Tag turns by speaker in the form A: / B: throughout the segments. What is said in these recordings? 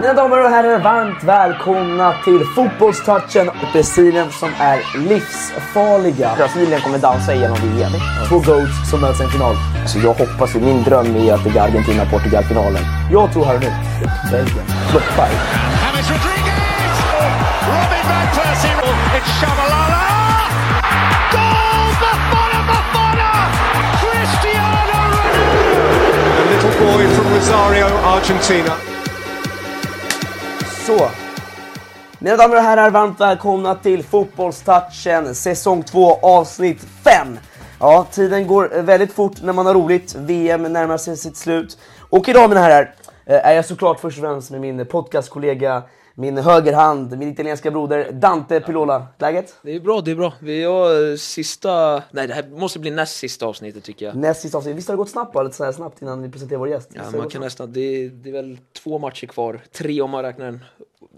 A: Mina damer och herrar, varmt välkomna till fotbollstouchen och Brasilien som är livsfarliga. Brasilien kommer dansa igenom VM. Två goats som möts i en final. Så jag hoppas ju, min dröm är att det är Argentina-Portugal-finalen. Jag tror här och nu, Belgien floppar.
B: James Rodriguez! Robin van Persie! It's Shabalala! Goal! Bafana! Bafana! Cristiano
C: A little boy from Rosario, Argentina.
A: Så. Mina damer och herrar, varmt välkomna till Fotbollstouchen säsong 2 avsnitt 5. Ja, tiden går eh, väldigt fort när man har roligt. VM närmar sig sitt slut. Och idag mina herrar eh, är jag såklart först och främst med min podcastkollega, min högerhand, min italienska broder Dante Pilola. Läget?
D: Det är bra, det är bra. Vi har eh, sista... Nej, det här måste bli näst sista avsnittet tycker jag.
A: Näst sista avsnitt. Visst har det gått snabbt va? Lite så här snabbt innan vi presenterar vår gäst? Visst
D: Ja,
A: har det
D: man
A: gått
D: kan
A: snabbt?
D: nästan... Det, det är väl två matcher kvar. Tre om man räknar den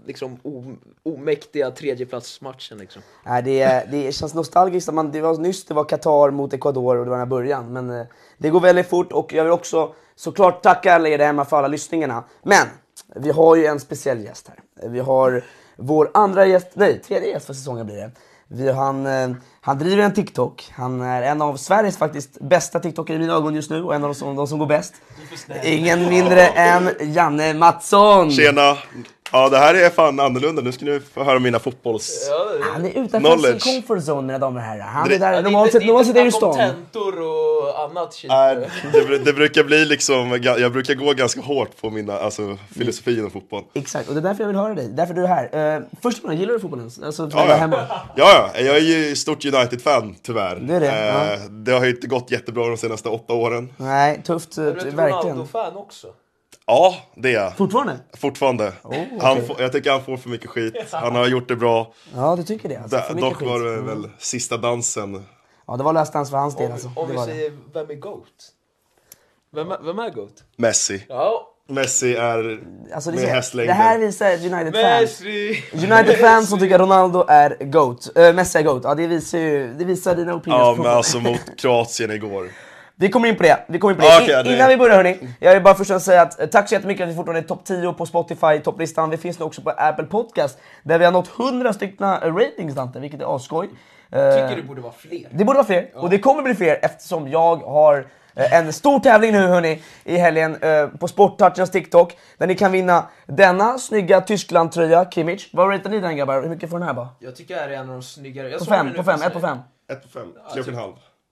D: liksom, o, omäktiga tredjeplatsmatchen. Liksom.
A: Nej, det, det känns nostalgiskt. att Man, det var nyss det var Qatar mot Ecuador och det var den här början. Men eh, det går väldigt fort och jag vill också såklart tacka alla er där hemma för alla lyssningarna. Men vi har ju en speciell gäst här. Vi har vår andra gäst, nej tredje gäst för säsongen blir det. Vi, han, eh, han driver en TikTok. Han är en av Sveriges faktiskt bästa TikTokare i mina ögon just nu och en av de som, de som går bäst. Ingen mindre än Janne Mattsson!
E: Tjena! Ja, det här är fan annorlunda. Nu ska ni få höra mina fotbolls...
A: Han är utanför
E: Knowledge.
A: sin comfort zone mina damer och herrar. Han är
E: Det-
A: där, normalt sett normalt sett är du i stan.
D: tentor och annat shit.
E: Nej, det, bru- det brukar bli liksom... ga- Jag brukar gå ganska hårt på mina, alltså, filosofi inom fotboll.
A: Exakt, och det är därför jag vill höra dig. Därför du är här. Uh, först och främst, gillar du fotbollen? ens? Alltså, när
E: Ja,
A: du var
E: ja.
A: hemma.
E: ja, ja. Jag är ju stort United-fan, tyvärr.
A: Det är det,
E: Eh,
A: ja.
E: det har ju inte gått jättebra de senaste åtta åren.
A: Nej, tufft. eh,
D: Du är ett
A: verkligen.
D: Ronaldo-fan också.
E: Ja, det är jag.
A: Fortfarande?
E: Fortfarande.
A: Oh,
E: han får, jag tycker han får för mycket skit. Han har gjort det bra.
A: Ja, du tycker det? Alltså,
E: Da,
A: för mycket
E: dock var
A: skit.
E: det väl sista dansen.
A: Ja, det var last dance för hans del alltså.
D: Om
A: det
D: vi
A: var
D: säger, vem är GOAT? Vem, är- vem är GOAT?
E: Messi.
D: Ja,
E: Messi är
A: det. Alltså, det,
E: med
A: är- det
E: hästlängder.
A: här visar United-fans.
D: Messi!
A: United-fans som tycker att Ronaldo är GOAT. Eh, Messi är GOAT. Ja, det visar ju, det visar dina opinioner.
E: Ja, men alltså mot Kroatien igår.
A: Vi kommer in på det. Vi kommer in på
E: Ja,
A: det.
E: okej,
A: In-
E: det-
A: Innan vi börjar hörni, jag vill bara först och främst säga att eh, tack så jättemycket att vi fortfarande är topp 10 på Spotify, topplistan. Vi finns nu också på Apple Podcast där vi har nått 100 stycken ratings Dante, vilket är asskoj. Eh,
D: Tycker det borde vara fler.
A: Det borde vara fler, och det kommer bli fler eftersom jag har eh, en stor tävling nu hörni i helgen eh, på Sporttouchens TikTok där ni kan vinna denna snygga Tyskland-tröja, Kimmich. Vad ratear ni den grabbar? Hur mycket får den här vara?
D: Jag tycker det här är en av de snyggare. Jag
A: På
D: såg den
A: fem,
D: nu
A: på fem,
D: precis.
A: ett på fem.
E: 1 på 5, 3,5.
A: Tre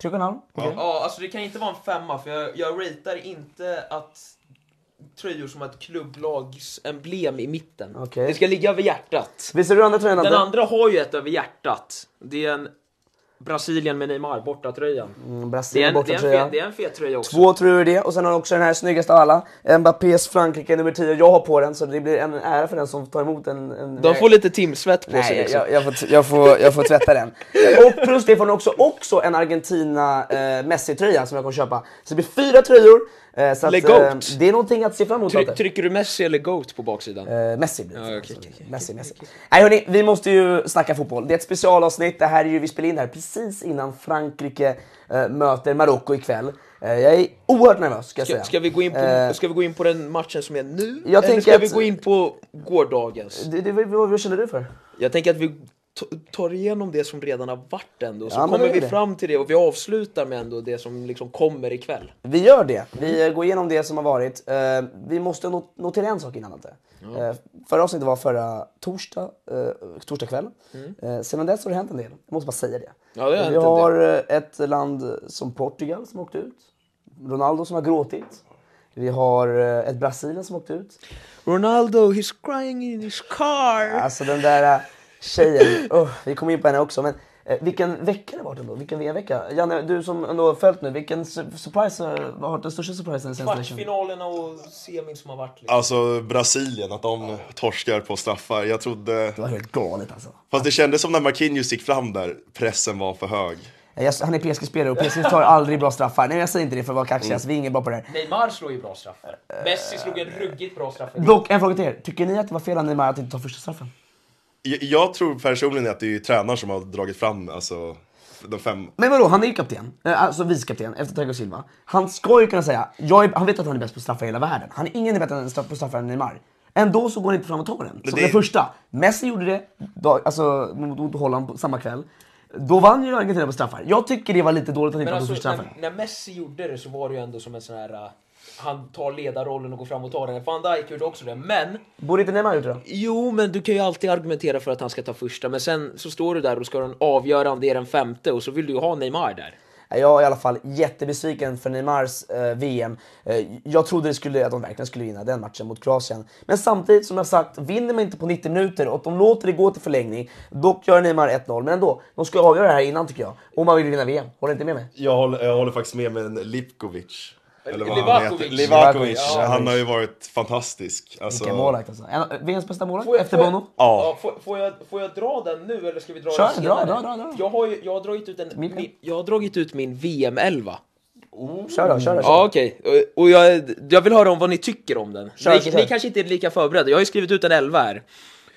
A: och en halv? Okej.
D: Ja, alltså det kan inte vara en femma för jag, jag ratear inte att tröjor som har ett klubblags emblem i mitten.
A: Okej.
D: Det ska ligga över hjärtat.
A: Visar du andra tröjan
D: Den
A: Dante?
D: andra har ju ett över hjärtat. Det är en Brasilien med Neymar, bortatröjan.
A: Mm,
D: Det är
A: Brasilien
D: en, det är en,
A: bortatröja.
D: fet, det är en fet tröja också.
A: Två tror det, och sen har han också den här snyggaste av alla. Mbappés Frankrike nummer 10. Jag har på den, så det blir en ära för den som tar emot en... en
D: De får lite timsvett på sig
A: Nej,
D: liksom.
A: jag, jag, får, t- jag, får, jag får tvätta den. Och plus det får ni också, också en Argentina eh, Messi-tröja som jag kommer köpa. Så det blir fyra tröjor. Eh, så att,
D: Lägg out.
A: eh, det är någonting att se fram emot. Lotte.
D: Tryck, trycker du Messi eller Goat på baksidan?
A: Eh, Messi blir det.
D: Ja, okej,
A: Alltså,
D: okej, okej,
A: Messi, Messi. Nej hörni, vi måste ju snacka fotboll. Det är ett specialavsnitt. Det här är ju, vi spelar in det här precis innan Frankrike eh, möter Marocko ikväll. Eh, jag är oerhört nervös ska jag
D: Ska,
A: säga.
D: ska, vi gå in
A: Eh,
D: på, ska vi gå in på den matchen som är nu?
A: Jag
D: eller
A: tänker
D: ska vi
A: att-
D: gå in på gårdagens?
A: du, du, vad, vad känner du för?
D: Jag tänker att vi t- tar igenom det som redan har varit ändå,
A: Ja,
D: så
A: men då
D: kommer
A: gör
D: vi
A: det.
D: fram till det och vi avslutar med ändå det som liksom kommer ikväll.
A: Vi gör det. Vi eh, går igenom det som har varit. Eh, vi måste not- notera en sak innan Ante. Eh, förra avsnittet var förra torsdag, eh, torsdag kväll. Eh, sedan dess har det hänt en del. Jag måste bara säga det.
D: Mm. Ja, det har hänt
A: vi
D: en
A: har eh, ett land som Portugal som åkte ut. Ronaldo som har gråtit. Vi har eh, ett Brasilien som åkte ut.
D: Ronaldo, he's crying in his car!
A: Alltså den där eh, tjejen. Oh, vi kommer in på henne också. Men, eh, vilken vecka det varit ändå. Vilken VM-vecka. Janne, du som ändå har följt nu. Vilken su- surprise eh, har varit den största surprisen den senaste veckan?
D: Kvartsfinalerna och semin som har varit. Liksom.
E: Alltså Brasilien, att de torskar på straffar. Jag trodde...
A: Det var helt galet alltså.
E: Fast det kändes som när Marquinhos gick fram där, pressen var för hög.
A: Eh, Jag, han är PSG-spelare och PSG tar aldrig bra straffar. Nej jag säger inte det för att vara kaxig, alltså, vi är inget bra på det här.
D: Neymar slår ju bra straffar.
A: Eh,
D: Messi slog en ruggigt bra straff.
A: Dock, en fråga till er. Tycker ni att det var fel av Neymar att inte ta första straffen?
E: Jag, jag tror personligen att det är tränaren som har dragit fram alltså, de fem...
A: Men vadå, han är ju kapten. Eh, Alltså vicekapten efter Thiago Silva. Han ska ju kunna säga, jag är, han vet att han är bäst på straffar i hela världen. Han är ingen är bättre än straff- på straffar än Neymar. Ändå så går han inte fram och tar den. Som
E: det-
A: den första. Messi gjorde det dag, alltså, mot mot Holland på samma kväll. Då vann ju Argentina på straffar. Jag tycker det var lite dåligt att inte
D: Men
A: han tog
D: alltså,
A: första straffen.
D: när, när Messi gjorde det så var det ju ändå som en sån här... äh, Han tar ledarrollen och går fram och tar den. Van Dijk gjorde också det, men...
A: Borde inte Neymar ha gjort det då?
D: Jo, men du kan ju alltid argumentera för att han ska ta första, men sen så står du där och ska ha den avgörande i den femte och så vill du ju ha Neymar där.
A: Jag är i alla fall jättebesviken för Neymars eh, VM. Eh, jag trodde det skulle, att de verkligen skulle vinna den matchen mot Kroatien. Men samtidigt, som jag sagt, vinner man inte på 90 minuter och de låter det gå till förlängning, dock gör Neymar 1-0. Men ändå, de ska avgöra det här innan tycker jag. Om man vill vinna VM. Håller inte med mig?
E: Jag håller, jag håller faktiskt med men Lipkovic. Eller vad han
D: Livakovic.
E: heter. Livakovic.
A: Livakovic.
E: Han har ju varit fantastisk. Alltså,
A: Vilken målvakt alltså. En, av VMs bästa målvakt
D: Får jag-
A: efter
D: får jag-
A: Bono.
E: Ja.
D: får, får, jag, får jag dra den nu eller ska vi dra
A: Kör,
D: den senare?
A: dra, dra, dra, dra.
D: Jag, har ju, jag, har dragit ut en,
A: Min-
D: min, jag har dragit ut min VM-11.
A: Kör då, kör då. Kör.
D: Ja okej, och, och jag, jag vill höra om vad ni tycker om den.
A: Kör,
D: ni,
A: kör,
D: ni
A: kör.
D: kanske inte är lika förberedda, jag har ju skrivit ut en 11 här.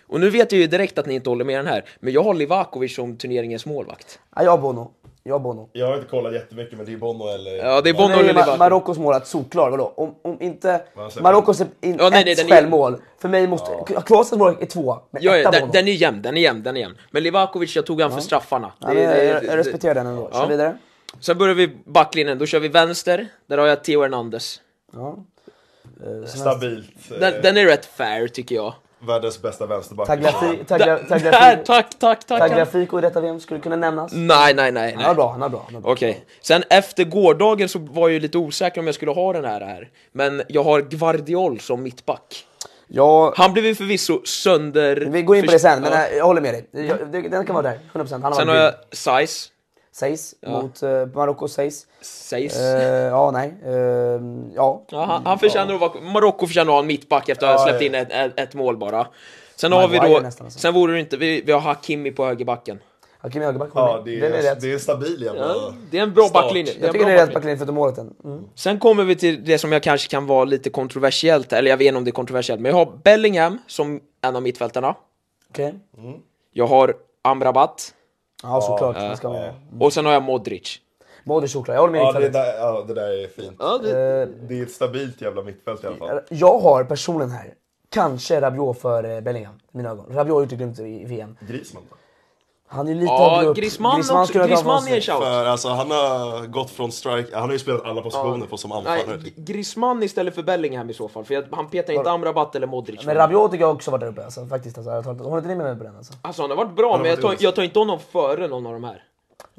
D: Och nu vet jag ju direkt att ni inte håller med den här, men jag har Livakovic som turneringens målvakt.
A: Ja, jag har Bono. Jag har Bono.
E: Jag har inte kollat jättemycket men det är Bono eller...
D: Ja, det är Bono
A: Nu
D: eller
A: är Ma-
D: Livakovic.
A: Marockos målvakt solklar, vadå? Om, om inte Marockos in,
D: Ja, nej, nej,
A: ett
D: den är-
A: självmål, för mig måste... Kroatiens målvakt är två, men
D: Ja, ja,
A: etta
D: den,
A: Bono.
D: den är jämn, den är jämn, den är jämn. Men Livakovic, jag tog han för straffarna.
A: Ja,
D: Det-
A: men jag,
D: det-
A: jag,
D: det-
A: jag respekterar den ändå. Kör
D: Ja.
A: vidare.
D: Sen börjar vi backlinjen, då kör vi vänster. Där har jag Theo Hernandez.
A: Ja.
E: Stabilt. eh,
D: Den, den är rätt fair tycker jag.
E: Världens bästa vänsterback.
A: Tagliafico
D: Där-
A: tagla, tagla,
D: där, tack, tack, tack.
A: Tagliafico i detta VM skulle kunna nämnas.
D: Nej, nej, nej.
A: Han är
D: nej.
A: bra, han är bra. Han är bra.
D: Okej, sen efter gårdagen så var jag ju lite osäker om jag skulle ha den här här. Men jag har Guardiol som mittback.
A: Ja,
D: Han blev ju förvisso sönder...
A: vi går in på det sen, men
D: Ja. Mm.
A: eh, jag håller med dig. Jag, det- den kan vara där, 100%. Han
D: Sen har jag Saiz.
A: Seis mot uh, Marocko Seis.
D: Saiz.
A: Eh, ja, nej. Eh, ja.
D: Ja, han, han förtjänar att vara, Marocko förtjänar att ha en mittback efter att ha släppt in ett, ett, ett mål bara. Sen har vi
A: Maguire
D: då,
A: nästan alltså.
D: sen vore det inte, vi, vi har Hakimi på högerbacken.
A: Hakim Högerback
E: Ja,
A: ja,
E: det
A: Den är
E: är,
A: rätt.
E: det är stabil jävla...
D: Det är en bra
E: Start.
D: backlinje. Det är
A: jag
D: en
A: tycker
D: bra
A: det är rätt backlinje
D: backlinje.
A: förutom målet. än. Mm.
D: Sen kommer vi till det som jag kanske kan vara lite kontroversiellt, eller jag vet inte om det är kontroversiellt, men jag har Bellingham som en av mittfältarna.
A: Okej.
D: Jag har Amrabat.
A: Ja, såklart. han ska med det.
D: Och sen har jag Modric.
A: Modric såklart. Jag håller med
E: Ja
A: dig.
E: det,
A: Kalle.
E: där, ja, det där är fint.
D: Ja, det...
A: Eh,
E: Det är ett stabilt jävla mittfält i alla fall.
A: Jag har personen här. Kanske Rabiot för eh, Bellingham, i mina ögon. Rabiot har gjort det grymt i VM.
E: Griezmann då?
A: Han är lite av
D: ja
A: grupp.
D: Griezmann, också,
A: skulle jag kunna
D: Griezmann
A: få
D: är en
A: sig.
D: shout.
E: För alltså han har gått från strike, han har ju spelat alla positioner på som
D: Nej,
E: anfallare. typ.
D: G- Griezmann istället för Bellingham i så fall, för jag, han petar inte Amrabat eller Modric.
A: Men Rabiot tycker jag också varit där uppe alltså, faktiskt. Alltså, jag tar, håller inte ni med mig på den alltså?
D: Alltså han har varit bra, men jag tar, jag tar inte honom före någon av de här.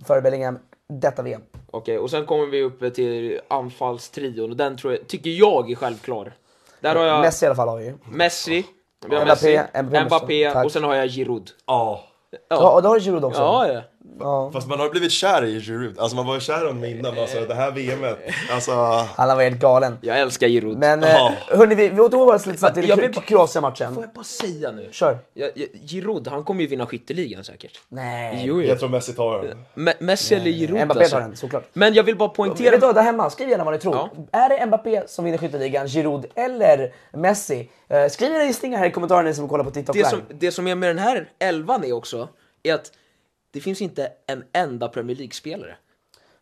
A: Före Bellingham, detta VM.
D: Okej, och sen kommer vi upp till anfallstrion och den tror jag, tycker jag är självklar. Där har jag
A: Messi i alla fall har vi ju.
D: Messi, vi har
A: Mbappé,
D: Messi,
A: Mbappé måste-
D: Mbappé
A: tack.
D: och sen har jag Giroud.
E: Ja.
A: Ja, och då har du Giroud också.
D: Ja, ja.
A: Ja.
E: Fast man har blivit kär i Giroud, alltså man var ju kär i honom innan, alltså det här VMet, alltså...
A: Han var helt galen.
D: Jag älskar Giroud.
A: Men
E: Ja.
A: eh, hörni, vi, vi återgår bara lite snabbt till
D: Jag vill bara- Får
A: Kroatien-matchen.
D: jag bara säga nu?
A: Kör.
D: Jag, jag, Giroud, han kommer ju vinna skytteligan säkert.
A: Nej.
D: Jo,
E: Jag
D: jag
E: tror Messi tar den.
D: Messi eller Giroud alltså.
A: Mbappé tar den, såklart.
D: Men jag vill bara
A: Vet du
D: poängtera...
A: vad, där hemma, skriv gärna vad ni tror. Är det Mbappé som vinner skytteligan, Giroud eller Messi? Eh, skriv era gissningar här i kommentarerna ni som kollar på TikTok
D: Det
A: live.
D: som, det som är med den här elvan är också, är att det finns inte en enda Premier League-spelare.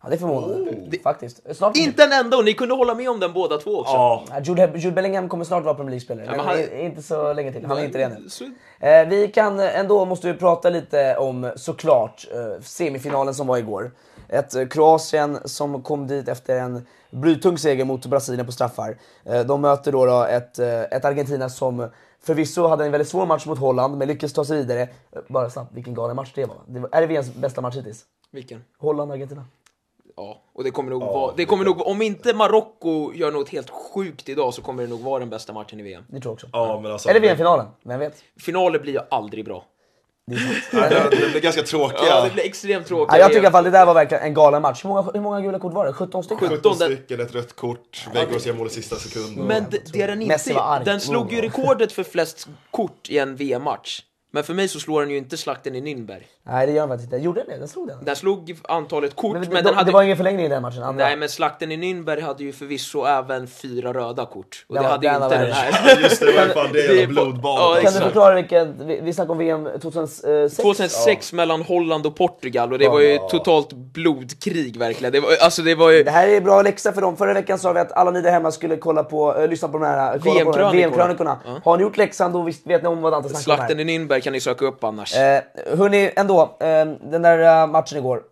A: Ja, det förvånar mig. Faktiskt. Snart...
D: Inte en enda, och ni kunde hålla med om den båda två också.
E: Ja.
A: Ja, Jude, Jude Bellingham kommer snart vara Premier League-spelare, men,
D: men han-
A: i- inte så länge till. Han är inte det nu.
D: Så-
A: Eh, vi kan eh, ändå, måste vi prata lite om såklart eh, semifinalen som var igår. Ett eh, Kroatien som kom dit efter en blytung seger mot Brasilien på straffar. Eh, de möter då, då ett, eh, ett Argentina som förvisso hade en väldigt svår match mot Holland, men lyckades ta sig vidare. Eh, bara snabbt, vilken galen match det var. Det var är det VMs bästa match hittills?
D: Vilken?
A: Holland-Argentina.
D: Ja, och det kommer nog vara... Det kommer nog, om inte Marocko gör något helt sjukt idag så kommer det nog vara den bästa matchen i VM.
A: Ni tror också?
E: Ja men alltså...
A: Eller VM-finalen, vem vet?
D: Finaler blir ju aldrig bra.
E: Nej, det, det blir ganska tråkiga.
D: Ja, det blir extremt tråkigt.
A: Ja, jag tycker i alla fall det där var verkligen en galen match. Hur många, hur många gula kort var det? 17 stycken?
E: 17
D: den-
E: stycken, ett rött kort, Weghorst gör mål i sista sekunden.
D: Men det, det är den
A: Messi var
D: inte.
A: arg. Mm.
D: Den slog ju rekordet för flest kort i en VM-match. Men för mig så slår den ju inte slakten i Nürnberg.
A: Nej det gör den faktiskt inte. Gjorde den det? Den slog den?
D: Den slog antalet kort,
A: Men
D: men,
A: det,
D: den hade...
A: det var ingen förlängning i den matchen? Andra.
D: Nej, men slakten i Nürnberg hade ju förvisso även fyra röda kort. Och det
A: Ja,
D: hade ju
A: den
D: inte
A: var
D: den
E: Ja,
D: här.
E: Just det, i alla fall det
D: Det är
E: jävla
D: på-
E: blodbadet.
A: kan
D: ja,
E: alltså.
A: du
D: exakt.
A: förklara vilken, vi, vi snackade om VM 2006?
D: 2006 mellan Holland och Portugal och det var ju totalt blodkrig verkligen. Det var, alltså det var ju...
A: Det här är bra läxa för dem. Förra veckan sa vi att alla ni där hemma skulle kolla på, eh, lyssna på de här kolla på de här
D: VM-krönikorna.
A: VM-krönikorna. Har ni gjort läxan då visst vet ni om vad Dante snackar om här.
D: Slakten i Nürnberg kan ni söka upp annars.
A: Eh, hörni, ändå. Eh, den där eh, matchen igår,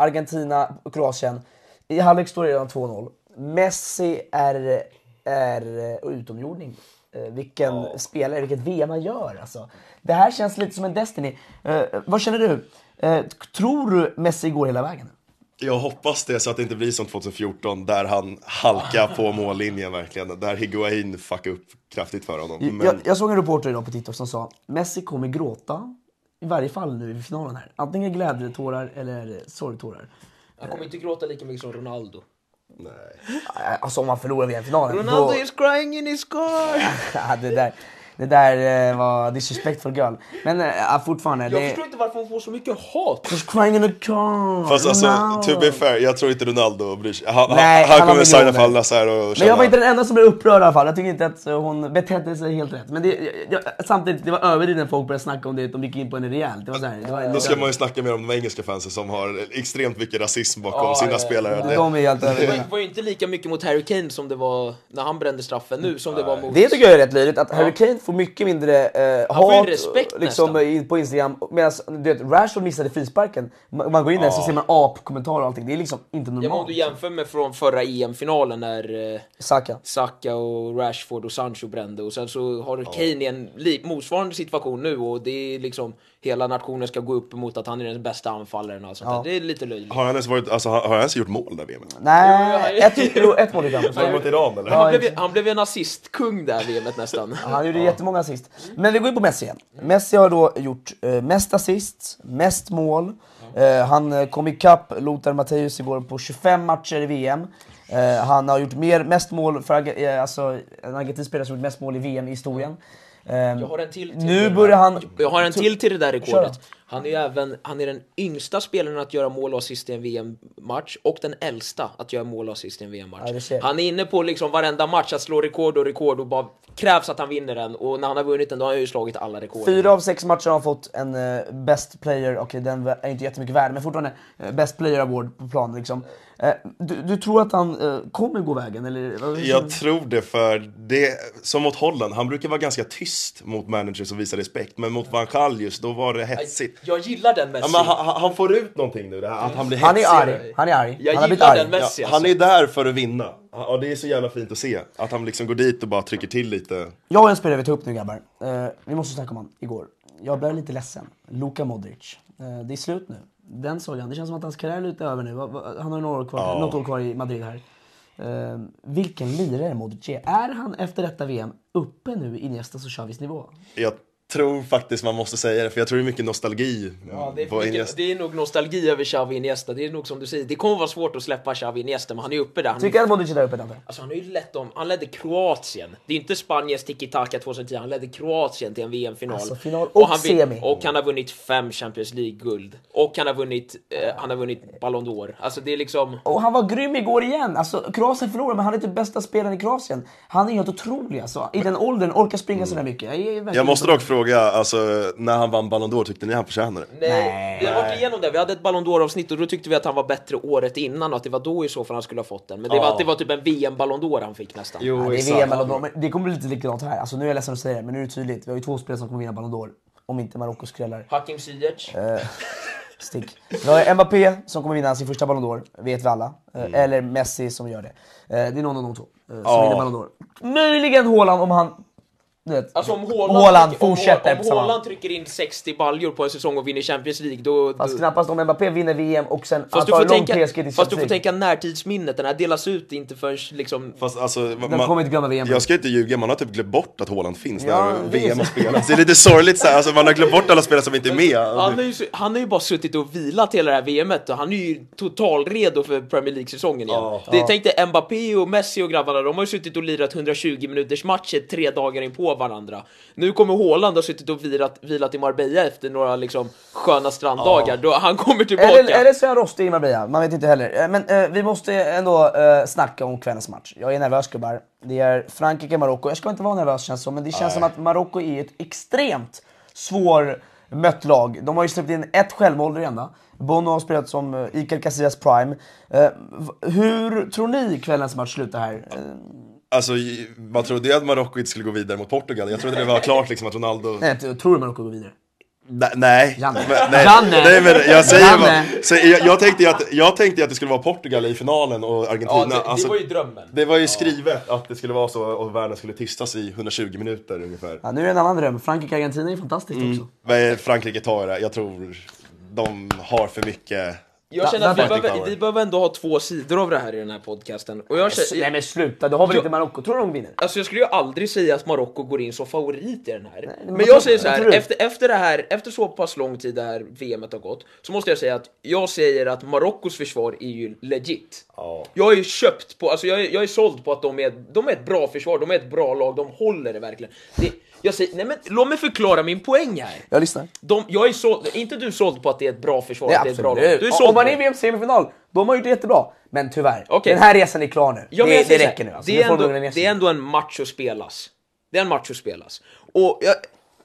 A: Argentina-Kroatien. I halvlek står det redan 2-0. Messi är, är eh, utomjording. Eh, vilken spelare, vilket VM han gör alltså. Det här känns lite som en Destiny. Eh, vad känner du? Eh, tror du Messi går hela vägen?
E: Jag hoppas det så att det inte blir som 2014 där han halkar på mållinjen verkligen. Där Higuain fuckar upp kraftigt för honom. Men
A: Jag, jag såg en reporter idag på TikTok som sa Messi kommer gråta, i varje fall nu i finalen här. Antingen glädjetårar eller sorgtårar.
D: Han kommer inte gråta lika mycket som Ronaldo.
A: Eh, Alltså om man förlorar VM-finalen.
D: Ronaldo
A: då-
D: is crying in his car!
A: Ja, det där, det där eh, var disrespectful girl. Men eh, ja, fortfarande.
D: Jag
A: det...
D: förstår inte varför hon får så mycket hat.
A: Just crying in the car.
E: Fast alltså,
A: Ronaldo.
E: to be fair, jag tror inte Ronaldo bryr sig. Han,
A: Nej,
E: han, han
A: han har
E: kommer signa
A: miljoner.
E: för alla så här och
A: Men
E: tjäna.
A: jag var inte den enda som blev upprörd i alla fall. Jag tycker inte att eh, hon betedde sig helt rätt. Men det, jag, jag, samtidigt, det var överdrivet när folk började snacka om det. De gick in på en rejält. Det var så här, det var en,
E: Då ska man ju snacka mer om de engelska fansen som har extremt mycket rasism bakom
D: Ja,
E: sina
D: ja, ja.
E: spelare. Det-
A: de är helt
D: Det
A: överdrivna.
D: var- var ju inte lika mycket mot Harry Kane som det var när han brände straffen nu som det var mot...
A: Det tycker jag är rätt löjligt, att Harry Kane får mycket mindre eh,
D: Han får ju
A: hat
D: respekt
A: liksom,
D: nästan.
A: i- på Instagram. Medan du vet, Rashford missade frisparken. Man, man går in där så ser man apkommentarer och allting. Det är liksom inte
D: Ja, men om
A: normalt.
D: du jämför med från förra EM-finalen när eh,
A: Saka.
D: Saka och Rashford och Sancho brände och sen så har Kane i en li- motsvarande situation nu och det är liksom hela nationen ska gå upp emot att han är den bästa anfallaren och allt sånt där. Det är lite löjligt.
E: Har han ens, varit, alltså, har har han ens gjort mål där VMet?
A: Nej,
D: Jo,
A: ett, jo, ett mål i kampen.
E: Har han mot Iran eller?
D: Han blev, ju- han blev ju en assistkung där VMet nästan.
A: Ja, Han gjorde jättemånga assist. Men vi går in på Messi igen. Messi har då gjort eh, mest assist, mest mål. Eh, han eh, kom ikapp Lothar Matthäus igår på 25 matcher i VM. Eh, han har gjort mer, mest mål för Arge- eh, alltså, en argentinsk spelare som gjort mest mål i VM i historien. Eh,
D: Jag har en till, till det
A: nu
D: där.
A: börjar han...
D: Jag har en till till det
A: Kör
D: där
A: då.
D: rekordet. Han är ju även, han är den yngsta spelaren att göra mål och assist i en VM-match och den äldsta att göra mål och assist i en
A: Ja, det
D: VM-match.
A: ser jag.
D: han är inne på liksom varenda match att slå rekord och rekord och bara krävs att han vinner den och när han har vunnit den då har han ju slagit alla rekord.
A: Fyra av sex matcher har han fått en eh, best player, okej den är inte jättemycket värd, men fortfarande eh, best player award på planen liksom. Eh, du, du tror att han eh, kommer gå vägen eller? vad-
E: Jag tror det för det, som mot Holland, han brukar vara ganska tyst mot managers och visa respekt. Men mot Van Gaal just, då var det hetsigt.
D: Jag gillar den
E: Ja,
D: Messi.
E: men han, han- han får ut någonting nu, det här, att han blir
A: Han är
E: hetsigare.
A: arg, han är arg.
D: Jag
A: han har blivit
D: gillar
A: arg.
D: den Messi
E: Ja,
D: alltså.
E: han är där för att vinna. Ja, Och det är så jävla fint att se. Att han liksom går dit och bara trycker till lite.
A: Jag har en spelare vi tar upp nu grabbar. Eh, vi måste snacka om han igår. Jag blev lite ledsen. Luka Modric. Eh, det är slut nu. Den sorgen. Det känns som att hans karriär är lite över nu. Va- va- Han har några år kvar, något år kvar i Madrid här. Eh, vilken lirare Modric är. Är han efter detta VM uppe nu i Iniestas och Xavis nivå?
E: Jag tror faktiskt man måste säga det, för jag tror det är mycket nostalgi
D: Ja, det, är
E: på
D: mycket,
E: Iniesta.
D: det är nog nostalgi över Xavi Iniesta. Det är nog som du säger, det kommer vara svårt att släppa Xavi Iniesta, men han är uppe där. Han,
A: Tycker du att Modric är där uppe Dante?
D: alltså, han har ju lett dem. Han ledde Kroatien. Det är inte Spaniens tiki-taka 2010. Han ledde Kroatien till en VM-final.
A: Alltså, final och
D: han vin-
A: semi.
D: Och han har vunnit fem Champions League-guld. Och han har vunnit, eh, han har vunnit Ballon d'Or. Alltså det är liksom...
A: Och han var grym igår igen. Alltså, Kroatien förlorade, men han är typ bästa spelaren i Kroatien. Han är helt otrolig alltså. I den åldern, orkar springa sådär mycket. Jag, är verkligen-
E: Jag måste dock fråga, alltså, när han vann Ballon d'Or, tyckte ni han förtjänade det?
D: Nej, vi har varit igenom det. Vi hade ett Ballon d'Or-avsnitt och då tyckte vi att han var bättre året innan och att det var då i så fall han skulle ha fått den. Men det, var, att det var typ en VM-Ballon d'Or han fick nästan.
A: Ja, det är VM Ballon d'Or, men det kommer bli lite likadant här. Alltså, nu är jag ledsen att säga det, men nu är det tydligt. Vi har ju två spelare som kommer vinna Ballon d'Or. Om inte Marocko skrällar.
D: Hakim Ziyech.
A: Eh, Stick. Vi har Mbappé som kommer vinna sin första Ballon d'Or, vet vi alla. Eh,
E: Mm.
A: Eller Messi som gör det. Eh, Det är någon av de två eh, som vinner Ballon d'Or. Möjligen Haaland om han... Du vet,
D: Alltså om Haaland,
A: Haaland
D: trycker- om
A: fortsätter.
D: Haaland- Om
A: samma.
D: Haaland trycker in 60 baljor på en säsong och vinner Champions League, då...
A: Fast
D: då
A: knappast om Mbappé vinner VM och sen
D: fast, du
A: tar
D: får
A: en Alltså, lång
D: tänka,
A: PSG till
D: fast du får
A: Champions
D: tänka närtidsminnet, den här delas ut inte förrän liksom...
E: Fast alltså,
A: League. De kommer inte glömma VM.
E: jag ska inte ljuga, man har typ glömt bort att Haaland finns
A: Ja,
E: när
A: det är
E: VM har
A: så.
E: spelats. Det är lite sorgligt så här. Alltså, man har glömt bort alla spelare som inte är med.
D: Han
A: Mm.
D: har, ju, så- han har ju bara suttit och vilat hela det här VMet och han är ju total redo för Premier League-säsongen igen. det, Tänk dig Mbappé och Messi och grabbarna, de har ju suttit och lirat 120 minuters matcher tre dagar in på varandra. Nu kommer Haaland och suttit och vilat, vilat i Marbella efter några liksom sköna stranddagar. Då, han kommer tillbaka.
A: Eller, eller så är han rostig i Marbella, man vet inte heller. Eh, Men eh, vi måste ändå eh, snacka om kvällens match. Jag är nervös gubbar. Det är Frankrike-Marocko. Jag ska inte vara nervös känns det som, men det känns som att Marocko är ett extremt svårmött lag. De har ju släppt in ett självmål redan. va? Bono har spelat som eh, Iker Casillas prime. Eh, v- hur tror ni kvällens match slutar här? Eh,
E: Alltså, man trodde ju att Marocko inte skulle gå vidare mot Portugal. Jag trodde det var klart liksom att Ronaldo...
A: nej, jag tror Marocko går vidare.
E: Nej, nej.
A: Janne.
E: Men, nej.
A: Janne.
E: nej men jag säger bara,
A: Janne.
E: så jag, jag, tänkte ju att, jag tänkte ju att det skulle vara Portugal i finalen och Argentina. Alltså,
D: drömmen.
E: det var ju skrivet att det skulle vara så och världen skulle tystas i 120 minuter ungefär.
A: Ja, nu är det en annan dröm. Frankrike-Argentina är fantastiskt
D: Mm.
A: också.
E: Men Frankrike tar det, jag tror de har för mycket.
D: Jag känner att vi
A: Där- där-
D: behöver,
E: power.
D: vi behöver ändå ha två sidor av det här i den här podcasten. Och jag,
A: S-
D: känner,
A: Nej men sluta, du har väl inte Marocko? Tror du de vinner?
D: Alltså jag skulle ju aldrig säga att Marocko går in som favorit i den här. men,
A: vad tror-
D: jag säger så
A: vad
D: här,
A: tror du?
D: efter, efter det här, efter så pass lång tid det här VMet har gått, så måste jag säga att jag säger att Marockos försvar är ju legit. Jag är ju köpt på, alltså jag är, jag är såld på att de är, de är ett bra försvar, de är ett bra lag, de håller det verkligen. Det, jag säger, nej men låt mig förklara min poäng här.
A: Jag lyssnar.
D: De, jag är såld, är inte du såld på att det är ett bra försvar?
A: Nej,
D: att det är ett bra
A: absolut.
D: lag? Du är
A: Om-
D: såld
A: Om man
D: på
A: är i
D: det.
A: VMs semifinal, de har gjort det jättebra. Men tyvärr,
D: Okej.
A: den här resan är klar nu.
D: Ja, men
A: det,
D: jag säger
A: det
D: så här,
A: räcker nu. Alltså.
D: Det, är
A: nu får de lugna
D: ändå,
A: ner sig.
D: det är ändå en match att spelas. Det är en match att spelas. Och jag,